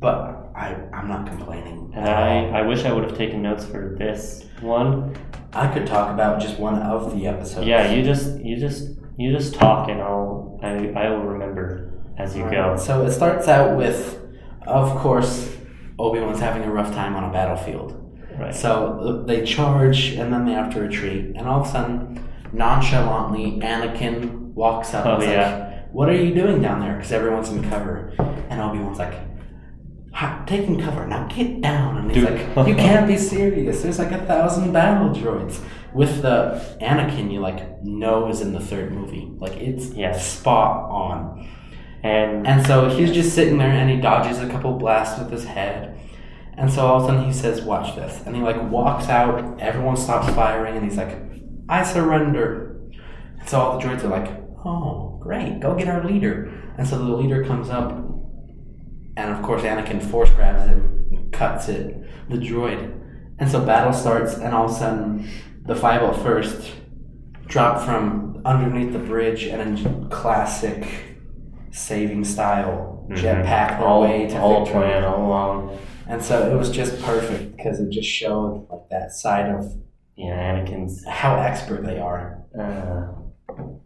[SPEAKER 1] But I, I'm not complaining.
[SPEAKER 2] And I, I wish I would have taken notes for this one.
[SPEAKER 1] I could talk about just one of the episodes.
[SPEAKER 2] Yeah, you just you just you just talk and I'll I, I will remember as you go.
[SPEAKER 1] So it starts out with, of course, Obi Wan's having a rough time on a battlefield.
[SPEAKER 2] Right.
[SPEAKER 1] So uh, they charge and then they have to retreat. And all of a sudden, nonchalantly, Anakin walks up
[SPEAKER 2] Oh,
[SPEAKER 1] and is
[SPEAKER 2] yeah.
[SPEAKER 1] like, What are you doing down there? Because everyone's in cover. And Obi Wan's like, "Ha, Taking cover now, get down! And he's
[SPEAKER 2] Dude.
[SPEAKER 1] like, "You can't be serious. There's like a thousand battle droids." With the Anakin, you like know is in the third movie. Like it's
[SPEAKER 2] Yes.
[SPEAKER 1] spot on.
[SPEAKER 2] and
[SPEAKER 1] And so he's just sitting there and he dodges a couple blasts with his head. And so all of a sudden he says, Watch this. And he like walks out, everyone stops firing, and he's like, I surrender. And so all the droids are like, Oh, great, go get our leader. And so the leader comes up, and of course Anakin force grabs it, and cuts it, the droid. And so battle starts, and all of a sudden the 501st drop from underneath the bridge and in classic saving style jetpack their
[SPEAKER 2] Mm-hmm. all,
[SPEAKER 1] way to
[SPEAKER 2] all
[SPEAKER 1] victory.
[SPEAKER 2] plan all along.
[SPEAKER 1] And so it was just perfect because it just showed like that side of
[SPEAKER 2] Yeah, Anakin's
[SPEAKER 1] how expert they are
[SPEAKER 2] uh,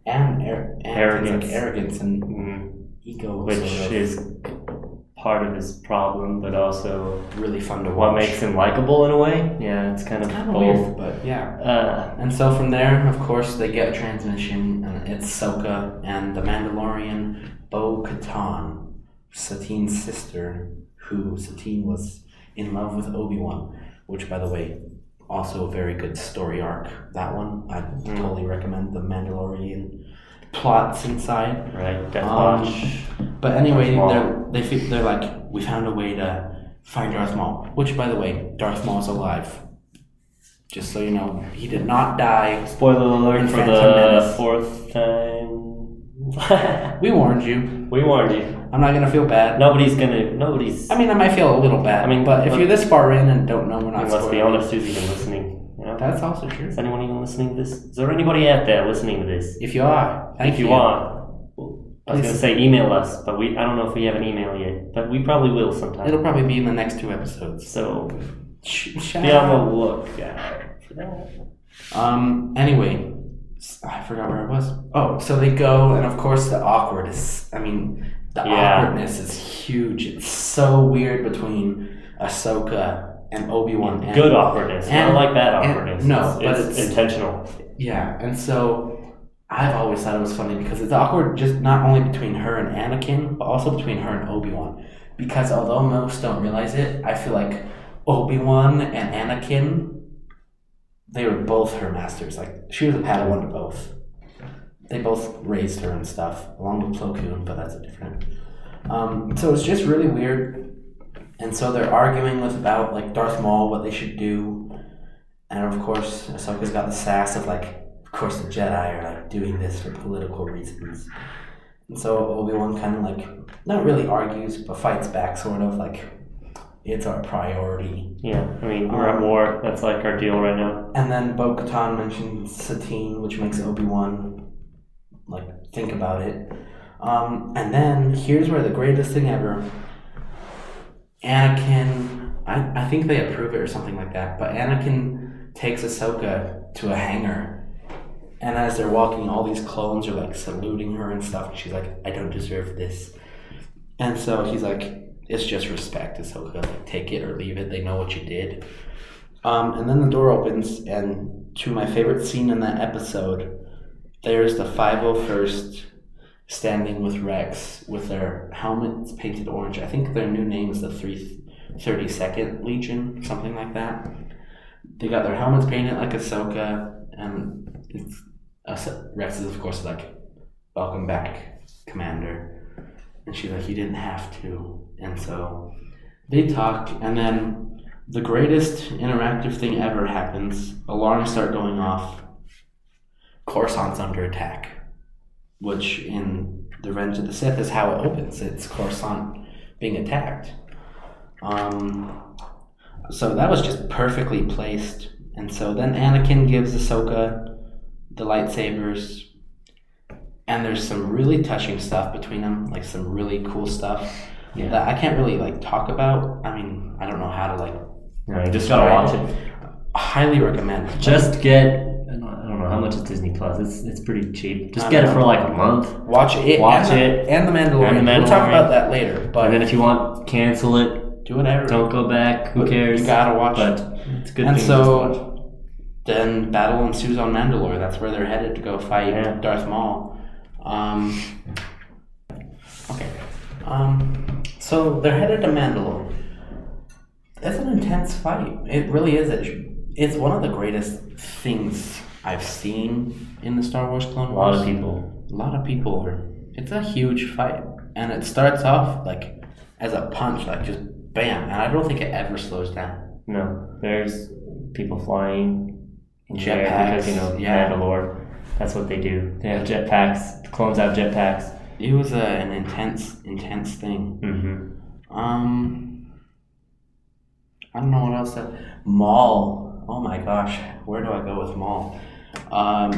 [SPEAKER 1] and, ar- and
[SPEAKER 2] Arrogance.
[SPEAKER 1] Like arrogance and
[SPEAKER 2] mm,
[SPEAKER 1] ego,
[SPEAKER 2] which
[SPEAKER 1] which sort of
[SPEAKER 2] is part of his problem, but also
[SPEAKER 1] really fun to watch.
[SPEAKER 2] what makes him likable in a way. Yeah, it's kind of
[SPEAKER 1] kind of
[SPEAKER 2] both.
[SPEAKER 1] weird, but yeah.
[SPEAKER 2] Uh,
[SPEAKER 1] And so from there, of course, they get a transmission, and it's Soka and the Mandalorian Bo Katan, Satine's sister, who Satine was in love with Obi Wan, which, by the way, also a very good story arc. That one, I
[SPEAKER 2] Mm.
[SPEAKER 1] totally recommend the Mandalorian plots inside.
[SPEAKER 2] right, Death
[SPEAKER 1] Um,
[SPEAKER 2] Watch.
[SPEAKER 1] But anyway,
[SPEAKER 2] Darth Maul.
[SPEAKER 1] they're, they feel, they're like, we found a way to find Darth Maul. Which, by the way, Darth Maul is alive. Just so you know, he did not die.
[SPEAKER 2] Spoiler alert
[SPEAKER 1] And
[SPEAKER 2] for
[SPEAKER 1] Phantom
[SPEAKER 2] the
[SPEAKER 1] Menace.
[SPEAKER 2] fourth time.
[SPEAKER 1] We warned you.
[SPEAKER 2] we warned you.
[SPEAKER 1] I'm not gonna feel bad.
[SPEAKER 2] Nobody's gonna. Nobody's.
[SPEAKER 1] I mean, I might feel a little bad.
[SPEAKER 2] I mean,
[SPEAKER 1] but if
[SPEAKER 2] let-
[SPEAKER 1] you're this far in and don't know, we're
[SPEAKER 2] I
[SPEAKER 1] not.
[SPEAKER 2] mean, let's be
[SPEAKER 1] spoiling.
[SPEAKER 2] honest. Who's even listening? You know?
[SPEAKER 1] That's also true.
[SPEAKER 2] Is anyone even listening to this? Is there anybody out there listening to this?
[SPEAKER 1] If you are, thank
[SPEAKER 2] if you, are, I was
[SPEAKER 1] Please.
[SPEAKER 2] going to say email us, but we I don't know if we have an email yet, but we probably will sometime.
[SPEAKER 1] it'll probably be in the next two episodes.
[SPEAKER 2] so
[SPEAKER 1] Sh-
[SPEAKER 2] be
[SPEAKER 1] shout
[SPEAKER 2] on
[SPEAKER 1] out.
[SPEAKER 2] the lookout for that.
[SPEAKER 1] Um. Anyway, s- I forgot where I was. Oh, so they go, and of course the awkwardness. I mean, the
[SPEAKER 2] Yeah.
[SPEAKER 1] awkwardness is huge. It's so weird between Ahsoka and Obi Wan.
[SPEAKER 2] Good awkwardness. I
[SPEAKER 1] and-
[SPEAKER 2] not like bad
[SPEAKER 1] and-
[SPEAKER 2] awkwardness.
[SPEAKER 1] no,
[SPEAKER 2] it's,
[SPEAKER 1] but
[SPEAKER 2] it's
[SPEAKER 1] it's-
[SPEAKER 2] intentional.
[SPEAKER 1] Yeah, and so I've always thought it was funny because it's awkward just not only between her and Anakin, but also between her and Obi Wan. Because although most don't realize it, I feel like Obi Wan and Anakin, they were both her masters. Like she was a Padawan to both. They both raised her and stuff, along with Plo Koon, but that's a different. Um, so it's just really weird. And so they're arguing with about like Darth Maul, what they should do, and of course, Ahsoka's got the sass of like, of course the Jedi are like doing this for political reasons. And so Obi Wan kind of like, not really argues, but fights back, sort of like, it's our priority.
[SPEAKER 2] Yeah, I mean we're at war. That's like our deal right now.
[SPEAKER 1] And then Bo Katan mentions Satine, which makes Obi Wan like think about it. Um, and then here's where the greatest thing ever Anakin, I, I think they approve it or something like that, but Anakin takes Ahsoka to a hangar. And as they're walking, all these clones are like saluting her and stuff. And she's like, I don't deserve this. And so he's like, It's just respect, Ahsoka. Like, take it or leave it. They know what you did. Um, and then the door opens, and to my favorite scene in that episode, there's the 501st standing with Rex with their helmets painted orange. I think their new name is the 332nd Legion, something like that. They got their helmets painted like Ahsoka, and it's, Ahso- Rex is, of course, like, Welcome back, Commander. And she's like, You didn't have to. And so they talk, and then the greatest interactive thing ever happens. Alarms start going off. Coruscant's under attack, which in The Revenge of the Sith is how it opens. It's Coruscant being attacked. Um, so that was just perfectly placed. And so then Anakin gives Ahsoka the lightsabers. And there's some really touching stuff between them, like some really cool stuff
[SPEAKER 2] Yeah.
[SPEAKER 1] that I can't really like talk about. I mean, I don't know how to like
[SPEAKER 2] You know, you just gotta watch it.
[SPEAKER 1] highly recommend.
[SPEAKER 2] Just get. I don't I don't know how much is Disney Plus. It's it's pretty cheap. Just
[SPEAKER 1] I
[SPEAKER 2] get it
[SPEAKER 1] know.
[SPEAKER 2] for like a month.
[SPEAKER 1] Watch it.
[SPEAKER 2] Watch
[SPEAKER 1] and the,
[SPEAKER 2] it.
[SPEAKER 1] And the Mandalorian.
[SPEAKER 2] And The
[SPEAKER 1] We'll talk
[SPEAKER 2] Mandalorian.
[SPEAKER 1] about that later. But
[SPEAKER 2] And then if you want, cancel it.
[SPEAKER 1] do whatever.
[SPEAKER 2] Don't go back. Who
[SPEAKER 1] But
[SPEAKER 2] cares?
[SPEAKER 1] You gotta watch it.
[SPEAKER 2] but it's a good.
[SPEAKER 1] and
[SPEAKER 2] thing to watch.
[SPEAKER 1] so then battle ensues on Mandalore. That's where they're headed to go fight
[SPEAKER 2] Yeah.
[SPEAKER 1] Darth Maul. Um, okay. Um, so they're headed to Mandalore. It's an intense fight. It really is. It- It's one of the greatest things I've seen in the Star Wars Clone
[SPEAKER 2] a
[SPEAKER 1] Wars
[SPEAKER 2] lot of people.
[SPEAKER 1] a lot of people are it's a huge fight and it starts off like as a punch like just bam and i don't think it ever slows down
[SPEAKER 2] No, there's people flying in the air
[SPEAKER 1] Jetpacks,
[SPEAKER 2] because you know
[SPEAKER 1] yeah.
[SPEAKER 2] Mandalore. That's what they do. They have jetpacks. Clones have jetpacks.
[SPEAKER 1] it was a, an intense intense thing
[SPEAKER 2] Mm-hmm.
[SPEAKER 1] um i don't know what else that maul oh my gosh where do i go with maul um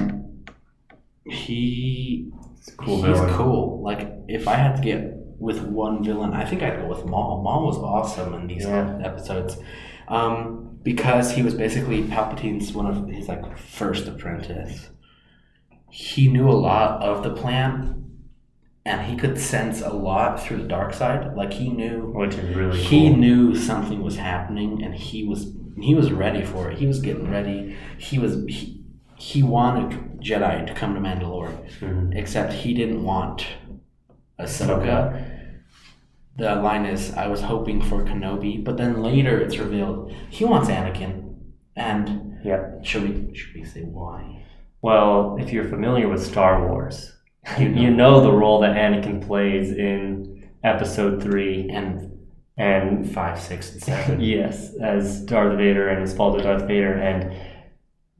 [SPEAKER 1] he
[SPEAKER 2] It's a cool
[SPEAKER 1] he's
[SPEAKER 2] villain.
[SPEAKER 1] cool like if i had to get with one villain i think i'd go with maul maul was awesome in these
[SPEAKER 2] Yeah.
[SPEAKER 1] episodes um, because he was basically palpatine's one of his like first apprentice he knew a lot of the plan and he could sense a lot through the dark side like he knew
[SPEAKER 2] which is really
[SPEAKER 1] he
[SPEAKER 2] cool.
[SPEAKER 1] knew something was happening and he was he was ready for it he was getting ready he was he, he wanted jedi to come to mandalore
[SPEAKER 2] Mhm.
[SPEAKER 1] except he didn't want Ahsoka. The line is, I was hoping for Kenobi, but then later it's revealed he wants Anakin. And
[SPEAKER 2] Yeah.
[SPEAKER 1] should we should we say why?
[SPEAKER 2] Well, if you're familiar with Star Wars,
[SPEAKER 1] You
[SPEAKER 2] you
[SPEAKER 1] know.
[SPEAKER 2] know, you know the role that Anakin plays in Episode Three
[SPEAKER 1] And
[SPEAKER 2] and
[SPEAKER 1] five, six, and seven.
[SPEAKER 2] Yes, as Darth Vader and his father Darth Vader and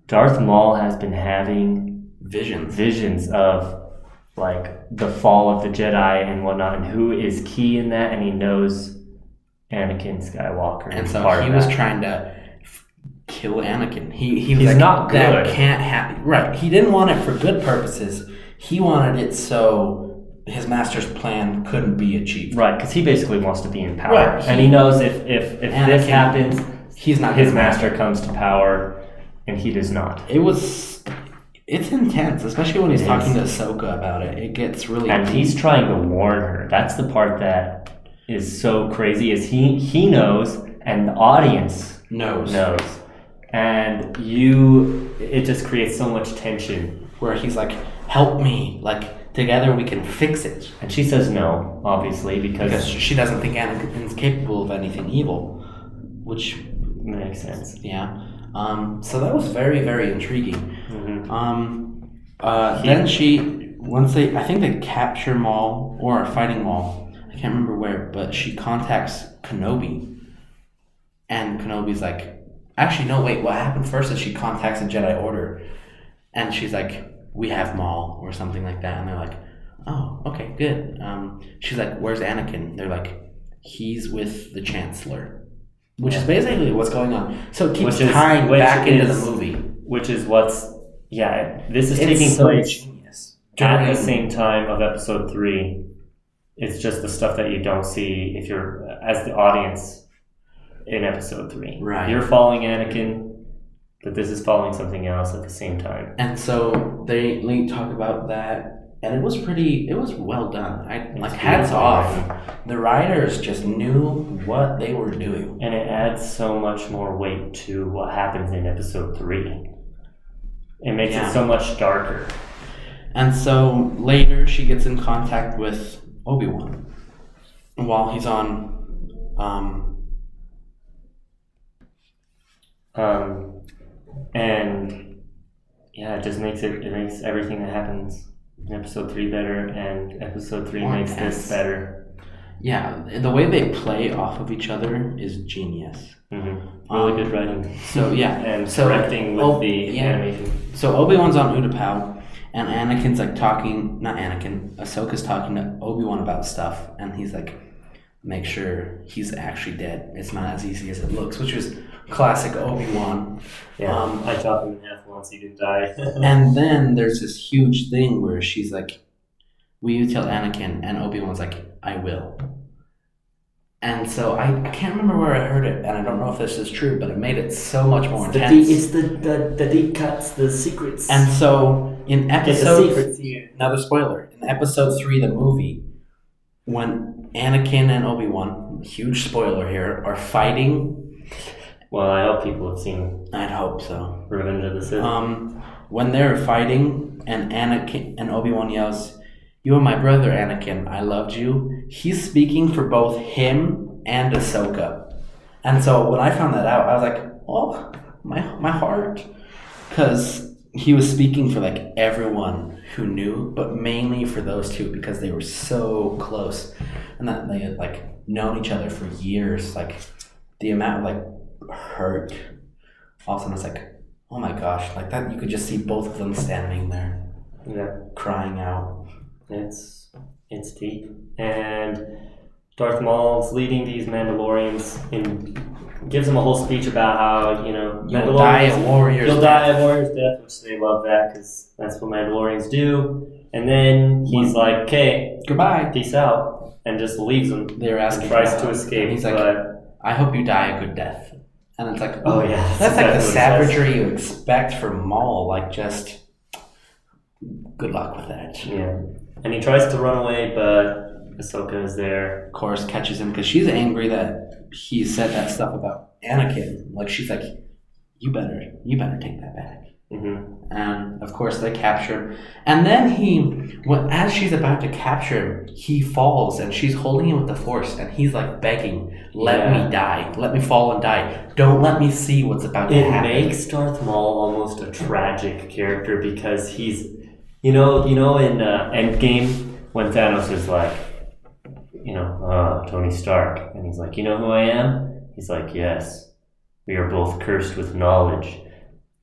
[SPEAKER 2] Darth Maul has been having
[SPEAKER 1] Visions.
[SPEAKER 2] visions of like the fall of the Jedi and whatnot and who is key in that and he knows Anakin Skywalker
[SPEAKER 1] And
[SPEAKER 2] is
[SPEAKER 1] so
[SPEAKER 2] part
[SPEAKER 1] he
[SPEAKER 2] of
[SPEAKER 1] was
[SPEAKER 2] that.
[SPEAKER 1] trying to f- kill Anakin. He he was
[SPEAKER 2] He's
[SPEAKER 1] like,
[SPEAKER 2] not
[SPEAKER 1] That
[SPEAKER 2] good."
[SPEAKER 1] can't happen. Right. He didn't want it for good purposes. He wanted it so his master's plan couldn't be achieved.
[SPEAKER 2] right because he basically wants to be in power
[SPEAKER 1] Right,
[SPEAKER 2] and he knows if if, if
[SPEAKER 1] Anakin-
[SPEAKER 2] this happens
[SPEAKER 1] He's not
[SPEAKER 2] his
[SPEAKER 1] gonna-
[SPEAKER 2] master comes to power and he does not
[SPEAKER 1] It was. It's intense, especially when he's
[SPEAKER 2] It
[SPEAKER 1] talking to Ahsoka about it. It gets really.
[SPEAKER 2] and
[SPEAKER 1] deep.
[SPEAKER 2] he's trying to warn her that's the part that is so crazy is he he knows and the audience
[SPEAKER 1] knows
[SPEAKER 2] knows and you it just creates so much tension
[SPEAKER 1] where he's like, "Help me! Like together we can fix it."
[SPEAKER 2] and she says no obviously because,
[SPEAKER 1] Because she doesn't think Anakin's capable of anything evil, which
[SPEAKER 2] makes sense
[SPEAKER 1] yeah. Um, so that was very very intriguing.
[SPEAKER 2] hmm
[SPEAKER 1] Um, uh, then she once they I think they capture Maul or are fighting Maul. I can't remember where, but she contacts Kenobi, and Kenobi's like, actually no, wait. What happened first is she contacts the Jedi Order, and she's like, we have Maul or something like that, and they're like, oh, okay, good. Um, she's like, where's Anakin? They're like, he's with the Chancellor. Which is basically what's going on. So it keeps
[SPEAKER 2] Which is-
[SPEAKER 1] tying
[SPEAKER 2] which
[SPEAKER 1] back into
[SPEAKER 2] is-
[SPEAKER 1] the movie
[SPEAKER 2] which is what's yeah this is taking
[SPEAKER 1] so
[SPEAKER 2] place
[SPEAKER 1] genius.
[SPEAKER 2] at the
[SPEAKER 1] During-
[SPEAKER 2] same time of episode three it's just the stuff that you don't see if you're as the audience in episode three
[SPEAKER 1] Right.
[SPEAKER 2] you're following anakin but this is following something else at the same time
[SPEAKER 1] And so they Link talk about that, and it was pretty. It was well done. I
[SPEAKER 2] It's
[SPEAKER 1] like hats
[SPEAKER 2] beautiful
[SPEAKER 1] off.
[SPEAKER 2] writing.
[SPEAKER 1] The writers just knew what they were doing.
[SPEAKER 2] and it adds so much more weight to what happens in episode three it makes
[SPEAKER 1] Yeah.
[SPEAKER 2] it so much darker
[SPEAKER 1] And so later she gets in contact with Obi Wan while he's on. Um,
[SPEAKER 2] um, and yeah it just makes it it makes everything that happens in episode three better and episode three
[SPEAKER 1] More
[SPEAKER 2] makes
[SPEAKER 1] intense.
[SPEAKER 2] this better
[SPEAKER 1] yeah, the way they play off of each other is genius.
[SPEAKER 2] Mm-hmm. Really
[SPEAKER 1] Um,
[SPEAKER 2] good writing
[SPEAKER 1] So yeah,
[SPEAKER 2] and
[SPEAKER 1] so-
[SPEAKER 2] directing with
[SPEAKER 1] oh,
[SPEAKER 2] the
[SPEAKER 1] yeah.
[SPEAKER 2] animation.
[SPEAKER 1] So Obi Wan's on Utapau, and Anakin's like talking. Not Anakin. Ahsoka's talking to Obi Wan about stuff, and he's like, "Make sure he's actually dead. It's not as easy as it looks," which was classic Obi Wan.
[SPEAKER 2] Yeah,
[SPEAKER 1] Um,
[SPEAKER 2] I chopped him in half once. He didn't die.
[SPEAKER 1] And then there's this huge thing where she's like, "Will you tell Anakin?" And Obi Wan's like, "I will." And so I, I can't remember where I heard it, and I don't know if this is true, but it made it so much more intense.
[SPEAKER 2] the, the the deep cuts, the secrets,
[SPEAKER 1] and so in
[SPEAKER 2] Get
[SPEAKER 1] episode
[SPEAKER 2] here.
[SPEAKER 1] another spoiler in episode three of the movie when Anakin and Obi Wan, huge spoiler here, are fighting.
[SPEAKER 2] Well, I hope people have seen
[SPEAKER 1] I'd hope so.
[SPEAKER 2] Revenge of the Sith.
[SPEAKER 1] Um, when they're fighting, and Anakin and Obi Wan yells, "You are my brother, Anakin. I loved you." He's speaking for both him and Ahsoka, and so when I found that out, I was like, "Oh, my my heart," because he was speaking for like everyone who knew, but mainly for those two because they were so close, and that they had like known each other for years. Like the amount of like hurt. All of a sudden, I was like, oh my gosh, like that. You could just see both of them standing there,
[SPEAKER 2] yeah,
[SPEAKER 1] crying out.
[SPEAKER 2] it's it's deep. And Darth Maul's leading these Mandalorians and gives them a whole speech about how you know
[SPEAKER 1] You'll die a warrior's
[SPEAKER 2] You'll
[SPEAKER 1] death.
[SPEAKER 2] die a warrior's death, which they love that because that's what Mandalorians do. And then he's like, "Okay,
[SPEAKER 1] Goodbye.
[SPEAKER 2] peace out," and just leaves them.
[SPEAKER 1] They were
[SPEAKER 2] And
[SPEAKER 1] asking.
[SPEAKER 2] tries to
[SPEAKER 1] about-
[SPEAKER 2] escape,
[SPEAKER 1] He's like,
[SPEAKER 2] but
[SPEAKER 1] I hope you die a good death. And it's like,
[SPEAKER 2] oh yeah,
[SPEAKER 1] That's like the
[SPEAKER 2] exactly what
[SPEAKER 1] savagery you expect from Maul. Like, just good luck with that.
[SPEAKER 2] it says. Yeah, and he tries to run away, but Ahsoka is there.
[SPEAKER 1] Of course, catches him because she's angry that he said that stuff about Anakin. Like, she's like, you better, you better take that back.
[SPEAKER 2] hmm
[SPEAKER 1] And of course, they capture him. And then he, when, as she's about to capture him, he falls and she's holding him with the force and he's like begging, let
[SPEAKER 2] Yeah.
[SPEAKER 1] me die. Let me fall and die. Don't let me see what's about to
[SPEAKER 2] It
[SPEAKER 1] happen.
[SPEAKER 2] makes Darth Maul almost a tragic character because he's, you know, you know, in uh, Endgame when Thanos is like, you know, uh, Tony Stark, and he's like, you know who I am? He's like, yes, we are both cursed with knowledge.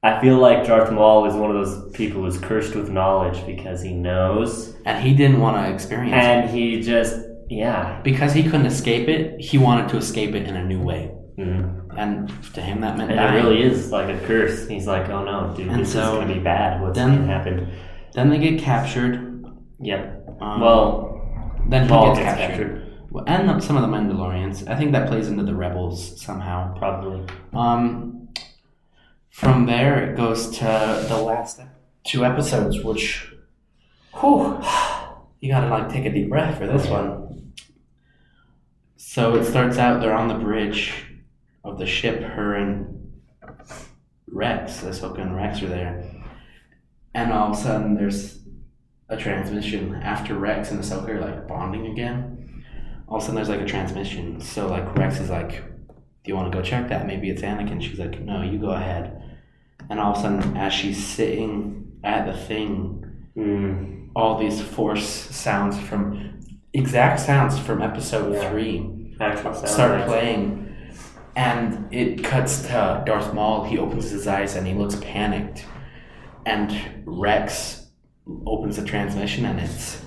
[SPEAKER 2] I feel like Darth Maul is one of those people who's cursed with knowledge because he knows,
[SPEAKER 1] and he didn't want to experience it.
[SPEAKER 2] and he just, yeah,
[SPEAKER 1] Because he couldn't escape it, he wanted to escape it in a new way.
[SPEAKER 2] mm.
[SPEAKER 1] And to him, that meant
[SPEAKER 2] and it
[SPEAKER 1] dying.
[SPEAKER 2] really is like a curse. He's like, oh no, dude,
[SPEAKER 1] And
[SPEAKER 2] this is
[SPEAKER 1] so
[SPEAKER 2] gonna be bad. What's
[SPEAKER 1] then-
[SPEAKER 2] gonna happen?
[SPEAKER 1] Then they get captured.
[SPEAKER 2] Yep.
[SPEAKER 1] Um,
[SPEAKER 2] Well.
[SPEAKER 1] then he
[SPEAKER 2] Maul
[SPEAKER 1] gets,
[SPEAKER 2] gets
[SPEAKER 1] captured. Well, And some of the Mandalorians. I think that plays into the Rebels somehow.
[SPEAKER 2] Probably.
[SPEAKER 1] Um, from there, it goes to the last two episodes, which, whew, you gotta like take a deep breath for this one. So it starts out they're on the bridge of the ship. Her and Rex, Ahsoka and Rex are there, and all of a sudden there's a transmission after Rex and Ahsoka are like bonding again. All of a sudden there's like a transmission. So like Rex is like do you want to go check that? Maybe it's Anakin. She's like, no, you go ahead. And all of a sudden, as she's sitting at the thing,
[SPEAKER 2] Mm.
[SPEAKER 1] all these force sounds from exact sounds from episode
[SPEAKER 2] Yeah.
[SPEAKER 1] three
[SPEAKER 2] Actual sound
[SPEAKER 1] start
[SPEAKER 2] effects.
[SPEAKER 1] playing. And it cuts to Darth Maul. He opens his eyes and he looks panicked. And Rex opens the transmission and it's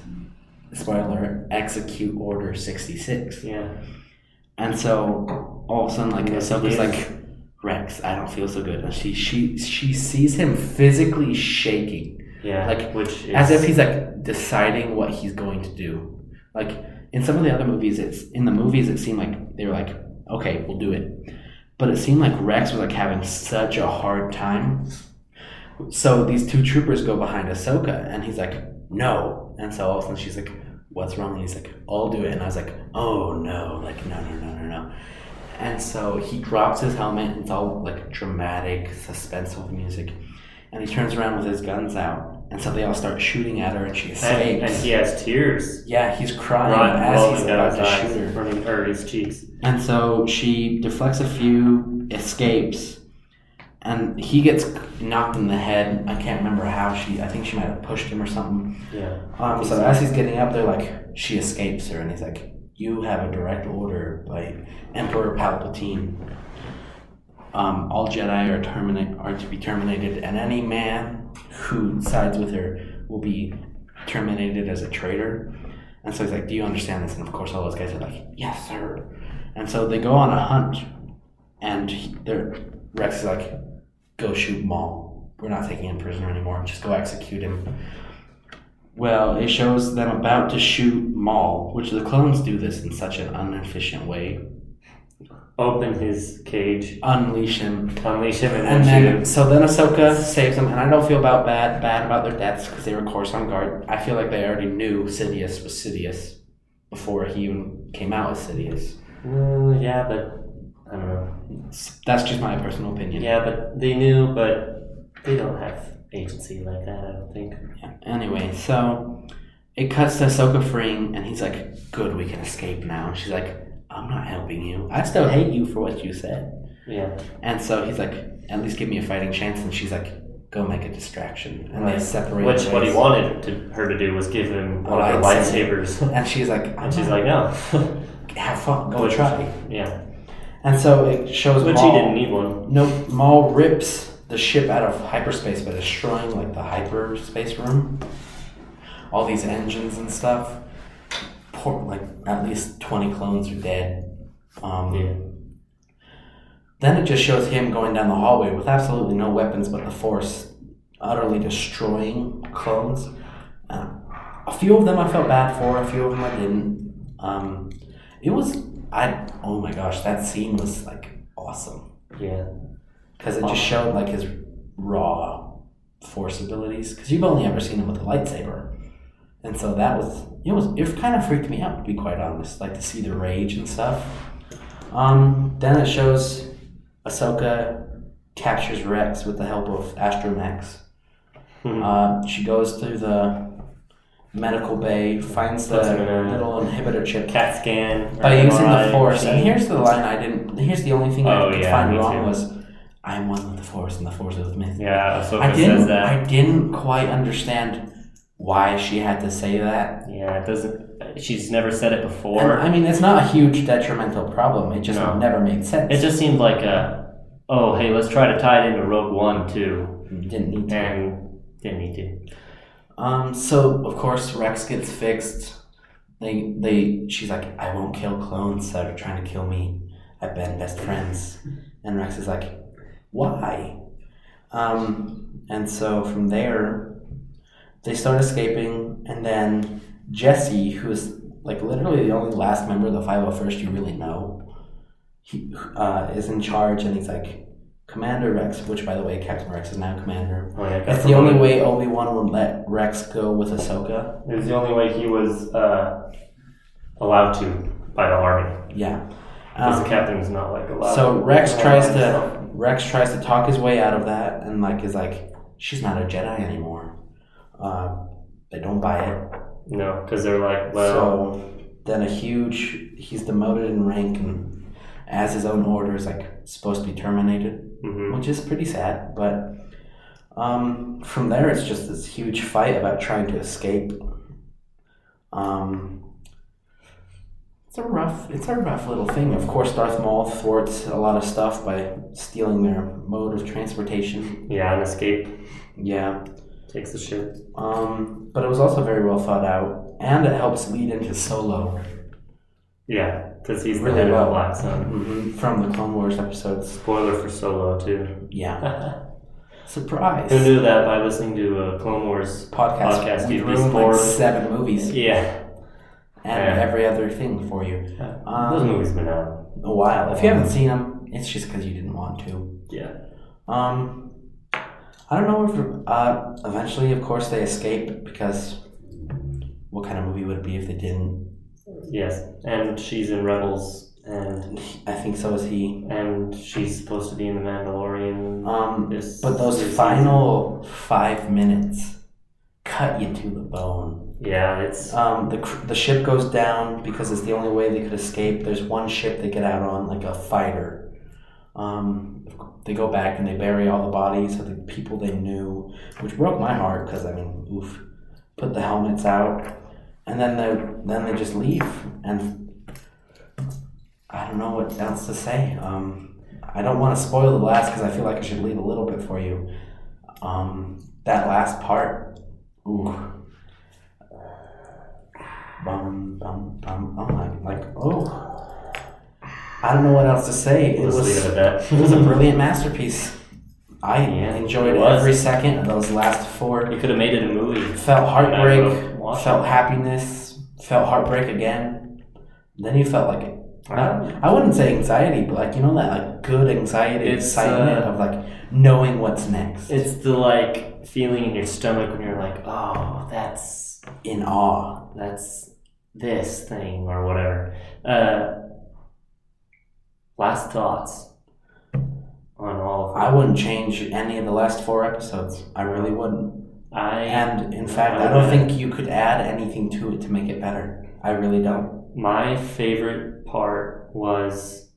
[SPEAKER 1] spoiler execute order 66.
[SPEAKER 2] Yeah.
[SPEAKER 1] And so all of a sudden, like
[SPEAKER 2] Yeah,
[SPEAKER 1] Ahsoka's
[SPEAKER 2] yeah.
[SPEAKER 1] like, Rex, I don't feel so good. And she she she sees him physically shaking,
[SPEAKER 2] Yeah.
[SPEAKER 1] Like,
[SPEAKER 2] which is,
[SPEAKER 1] as if he's like deciding what he's going to do. Like in some of the other movies, it's in the movies it seemed like they were like, okay, we'll do it, but it seemed like Rex was like having such a hard time. So these two troopers go behind Ahsoka, and he's like, no. And so all of a sudden she's like, what's wrong? And he's like, I'll do it. And I was like, oh no, like no no no no no. And so he drops his helmet. It's all like dramatic, suspenseful music. And he turns around with his guns out. And so they all start shooting at her, and she
[SPEAKER 2] and,
[SPEAKER 1] escapes.
[SPEAKER 2] and he has tears
[SPEAKER 1] yeah, he's crying
[SPEAKER 2] run,
[SPEAKER 1] as
[SPEAKER 2] rolling
[SPEAKER 1] he's
[SPEAKER 2] down
[SPEAKER 1] about
[SPEAKER 2] his
[SPEAKER 1] to
[SPEAKER 2] eyes,
[SPEAKER 1] shoot her.
[SPEAKER 2] running or his cheeks.
[SPEAKER 1] And so she deflects a few, escapes, and he gets knocked in the head. I can't remember how she, I think she might have pushed him or something.
[SPEAKER 2] Yeah.
[SPEAKER 1] Um, so as he's getting up, they're like, she escapes her, and he's like, You have a direct order by Emperor Palpatine. Um, all Jedi are, terminate, are to be terminated, and any man who sides with her will be terminated as a traitor. And so he's like, Do you understand this? And of course, all those guys are like, Yes, sir. And so they go on a hunt, and he- they're, Rex is like, Go shoot Maul. We're not taking him prisoner anymore. Just go execute him. Well, it shows them about to shoot Maul, which the clones do this in such an inefficient way.
[SPEAKER 2] Open his cage,
[SPEAKER 1] Unleash him.
[SPEAKER 2] unleash him, and,
[SPEAKER 1] And
[SPEAKER 2] then
[SPEAKER 1] then,
[SPEAKER 2] shoot
[SPEAKER 1] so then Ahsoka saves them, and I don't feel about bad bad about their deaths because they were, of course, on guard. I feel like they already knew Sidious was Sidious before he even came out as Sidious.
[SPEAKER 2] Mm, yeah, but I don't know.
[SPEAKER 1] That's just my personal opinion.
[SPEAKER 2] Yeah, but they knew, but they don't have agency like that. I don't think.
[SPEAKER 1] Yeah. Anyway, so it cuts to Ahsoka freeing, and he's like, "Good, we can escape now." And she's like, "I'm not helping you. I still hate you for what you said."
[SPEAKER 2] Yeah,
[SPEAKER 1] And so he's like, "At least give me a fighting chance." And she's like, "Go make a distraction." And they
[SPEAKER 2] Right.
[SPEAKER 1] separate.
[SPEAKER 2] which what he
[SPEAKER 1] ways.
[SPEAKER 2] wanted to, her to do was give him one of her
[SPEAKER 1] I'd say-
[SPEAKER 2] lightsabers,
[SPEAKER 1] And she's like, "I'm
[SPEAKER 2] and she's
[SPEAKER 1] not-
[SPEAKER 2] like, no.
[SPEAKER 1] have fun. Go
[SPEAKER 2] Which-
[SPEAKER 1] try."
[SPEAKER 2] yeah,
[SPEAKER 1] And so it shows.
[SPEAKER 2] but she
[SPEAKER 1] Maul-
[SPEAKER 2] didn't need one.
[SPEAKER 1] Nope. Maul rips the ship out of hyperspace by destroying like the hyperspace room. All these engines and stuff. Poor, like at least twenty clones are dead. Um,
[SPEAKER 2] Yeah,
[SPEAKER 1] Then it just shows him going down the hallway with absolutely no weapons but the Force, utterly destroying clones. Uh, a few of them I felt bad for, a few of them I didn't. Um, it was I oh my gosh that scene was like awesome.
[SPEAKER 2] yeah,
[SPEAKER 1] Because it just showed like his raw force abilities. Because you've only ever seen him with a lightsaber, and so that was it was it kind of freaked me out to be quite honest. Like to see the rage and stuff. Um, then it shows Ahsoka captures Rex with the help of Astromax.
[SPEAKER 2] Hmm.
[SPEAKER 1] Uh, she goes through the medical bay, finds the
[SPEAKER 2] Puts him in a-
[SPEAKER 1] little inhibitor chip
[SPEAKER 2] cat scan or
[SPEAKER 1] by using the
[SPEAKER 2] MRI
[SPEAKER 1] force. And
[SPEAKER 2] machine.
[SPEAKER 1] here's the line I didn't. Here's the only thing
[SPEAKER 2] Oh,
[SPEAKER 1] I could
[SPEAKER 2] yeah,
[SPEAKER 1] find
[SPEAKER 2] me
[SPEAKER 1] wrong
[SPEAKER 2] too.
[SPEAKER 1] was, I'm one with the force, and the force is with me.
[SPEAKER 2] Yeah,
[SPEAKER 1] I
[SPEAKER 2] Ahsoka
[SPEAKER 1] didn't.
[SPEAKER 2] says that.
[SPEAKER 1] I didn't quite understand why she had to say that.
[SPEAKER 2] Yeah, it doesn't. She's never said it
[SPEAKER 1] And,
[SPEAKER 2] before.
[SPEAKER 1] I mean, it's not a huge detrimental problem. It just
[SPEAKER 2] No.
[SPEAKER 1] never made sense.
[SPEAKER 2] It just seemed like a, oh hey, let's try to tie it into Rogue One too,
[SPEAKER 1] didn't need to.
[SPEAKER 2] and didn't need to.
[SPEAKER 1] Um. So of course Rex gets fixed. They they. She's like, I won't kill clones that are trying to kill me. I've been best friends. And Rex is like, why? Um. And so from there, they start escaping, and then Jesse, who is like literally the only last member of the Five Hundred First you really know, he uh, is in charge, and he's like. Commander Rex, which by the way, Captain Rex is now Commander.
[SPEAKER 2] Oh, yeah,
[SPEAKER 1] That's the only way Obi Wan would let Rex go with Ahsoka.
[SPEAKER 2] It was the only way he was uh, allowed to by the army,
[SPEAKER 1] Yeah.
[SPEAKER 2] because
[SPEAKER 1] Um,
[SPEAKER 2] the captain was not like allowed.
[SPEAKER 1] so Rex
[SPEAKER 2] to-
[SPEAKER 1] tries to Rex tries to talk his way out of that, and like is like, she's not a Jedi anymore. Uh, they don't buy it.
[SPEAKER 2] No, because they're like, well,
[SPEAKER 1] So then a huge he's demoted in rank and as his own order is like supposed to be terminated.
[SPEAKER 2] mhm.
[SPEAKER 1] which is pretty sad. But um, from there, it's just this huge fight about trying to escape. Um, it's a rough, it's a rough little thing. Of course, Darth Maul thwarts a lot of stuff by stealing their mode of transportation.
[SPEAKER 2] yeah, an escape
[SPEAKER 1] Yeah,
[SPEAKER 2] takes the ship.
[SPEAKER 1] um, but it was also very well thought out, and it helps lead into Solo
[SPEAKER 2] Yeah, because he's
[SPEAKER 1] Really
[SPEAKER 2] the head of
[SPEAKER 1] well.
[SPEAKER 2] the Black Sun.
[SPEAKER 1] mm-hmm, from the Clone Wars episodes.
[SPEAKER 2] Spoiler for Solo too.
[SPEAKER 1] Yeah,
[SPEAKER 2] Who
[SPEAKER 1] surprise
[SPEAKER 2] knew that by listening to uh, Clone Wars?
[SPEAKER 1] podcast.
[SPEAKER 2] Podcast,
[SPEAKER 1] we
[SPEAKER 2] you'd be
[SPEAKER 1] ruined like
[SPEAKER 2] spoiled.
[SPEAKER 1] seven movies.
[SPEAKER 2] Yeah,
[SPEAKER 1] and
[SPEAKER 2] Yeah.
[SPEAKER 1] every other thing for you.
[SPEAKER 2] those
[SPEAKER 1] Um,
[SPEAKER 2] movies been out.
[SPEAKER 1] a while. If you haven't seen them, it's just because you didn't want to.
[SPEAKER 2] Yeah.
[SPEAKER 1] Um, I don't know if uh, eventually, of course, they escape because what kind of movie would it be if they didn't?
[SPEAKER 2] Yes. And she's in Rebels, and
[SPEAKER 1] I think so is he.
[SPEAKER 2] and she's supposed to be in the Mandalorian.
[SPEAKER 1] Um,
[SPEAKER 2] This.
[SPEAKER 1] but those
[SPEAKER 2] this
[SPEAKER 1] final five minutes cut you to the bone.
[SPEAKER 2] season. Yeah, it's
[SPEAKER 1] Um, the, cr- the ship goes down because it's the only way they could escape. There's one ship they get out on, like a fighter. Um, they go back and they bury all the bodies of the people they knew, which broke my heart because I mean, oof. Put the helmets out, and then they then they just leave, and I don't know what else to say. Um, I don't want to spoil the last because I feel like I should leave a little bit for you. Um, that last part, ooh. Bum, bum, bum. Oh my, like, oh. I don't know what else to say. It
[SPEAKER 2] let's
[SPEAKER 1] was,
[SPEAKER 2] leave it at
[SPEAKER 1] it was a
[SPEAKER 2] that.
[SPEAKER 1] brilliant masterpiece. I
[SPEAKER 2] Yeah,
[SPEAKER 1] enjoyed
[SPEAKER 2] it was.
[SPEAKER 1] every second of those last four.
[SPEAKER 2] you could have made it a movie.
[SPEAKER 1] Felt heartbreak,
[SPEAKER 2] would've watched
[SPEAKER 1] felt happiness, felt heartbreak again. Then you felt like
[SPEAKER 2] it.
[SPEAKER 1] I wouldn't say anxiety, but like you know that like good anxiety
[SPEAKER 2] It's,
[SPEAKER 1] excitement
[SPEAKER 2] uh,
[SPEAKER 1] of like knowing what's next
[SPEAKER 2] It's the like feeling in your stomach when you're like, oh, that's
[SPEAKER 1] in awe.
[SPEAKER 2] that's this thing or whatever. Uh, last thoughts on all of
[SPEAKER 1] I wouldn't change any of the last four episodes. I really wouldn't.
[SPEAKER 2] I
[SPEAKER 1] And in fact, I don't think you could add anything to it to make it better. I really don't.
[SPEAKER 2] my favorite part was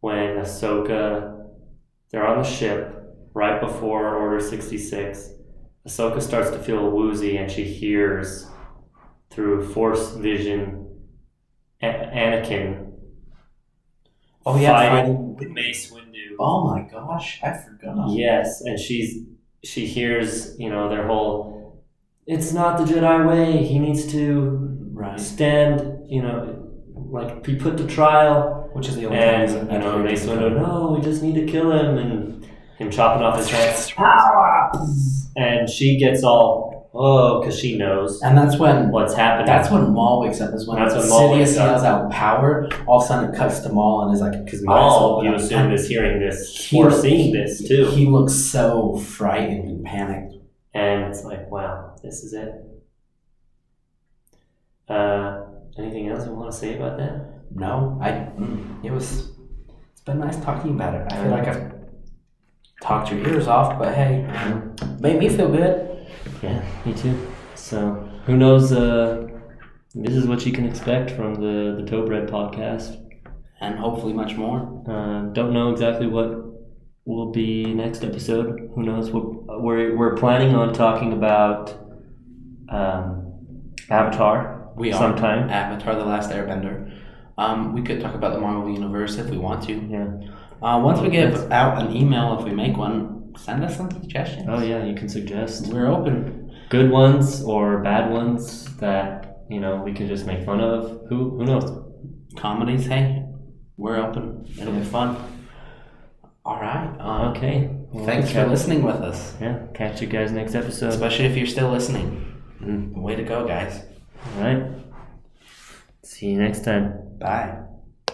[SPEAKER 2] when Ahsoka they're on the ship right before Order sixty six. Ahsoka starts to feel woozy and she hears through Force vision A- Anakin
[SPEAKER 1] Oh yeah,
[SPEAKER 2] fighting
[SPEAKER 1] fighting.
[SPEAKER 2] Mace Windu.
[SPEAKER 1] Oh my gosh, I forgot.
[SPEAKER 2] Yes, and she's she hears you know their whole. It's not the Jedi way. He needs to
[SPEAKER 1] Right.
[SPEAKER 2] stand. You know, like be put to trial.
[SPEAKER 1] Which is the only
[SPEAKER 2] And
[SPEAKER 1] time
[SPEAKER 2] you know, Mace Windu, no, we just need to kill him, and him chopping off his head. And she gets all oh, because she knows
[SPEAKER 1] And that's when
[SPEAKER 2] what's happening.
[SPEAKER 1] that's when Maul wakes up. Is when
[SPEAKER 2] That's when Maul
[SPEAKER 1] Sidious
[SPEAKER 2] wakes up.
[SPEAKER 1] yells out power. All of a sudden, it cuts to Maul and is like,
[SPEAKER 2] because
[SPEAKER 1] eyes
[SPEAKER 2] Maul,
[SPEAKER 1] open
[SPEAKER 2] you
[SPEAKER 1] up.
[SPEAKER 2] assume, is hearing this
[SPEAKER 1] He
[SPEAKER 2] or
[SPEAKER 1] looks-
[SPEAKER 2] seeing this too.
[SPEAKER 1] He looks so frightened and panicked.
[SPEAKER 2] And it's like, wow, this is it. Uh, anything else you want to say about that?
[SPEAKER 1] No, I. Mm, it was. It's been nice talking about it. I feel like I've talked your ears off, but hey, made me feel good.
[SPEAKER 2] Yeah, me too. So, who knows? Uh, this is what you can expect from the the Toe Bread podcast.
[SPEAKER 1] And hopefully, much more.
[SPEAKER 2] Uh, don't know exactly what will be next episode. Who knows? We're we're, we're planning on talking about um, Avatar
[SPEAKER 1] We are.
[SPEAKER 2] sometime.
[SPEAKER 1] Avatar: The Last Airbender. Um, we could talk about the Marvel Universe if we want to.
[SPEAKER 2] Yeah.
[SPEAKER 1] Uh, once we give out an email, if we make one, send us some suggestions.
[SPEAKER 2] Oh yeah, you can suggest.
[SPEAKER 1] We're open.
[SPEAKER 2] good ones or bad ones that you know we can just make fun of. Who who knows?
[SPEAKER 1] Comedies, hey, we're open. It'll be fun. All right. Uh,
[SPEAKER 2] Okay. Well,
[SPEAKER 1] Thanks for
[SPEAKER 2] catch,
[SPEAKER 1] listening with us,
[SPEAKER 2] Yeah, catch you guys next episode.
[SPEAKER 1] especially if you're still listening. Way to go, guys.
[SPEAKER 2] All right. See you next time.
[SPEAKER 1] Bye.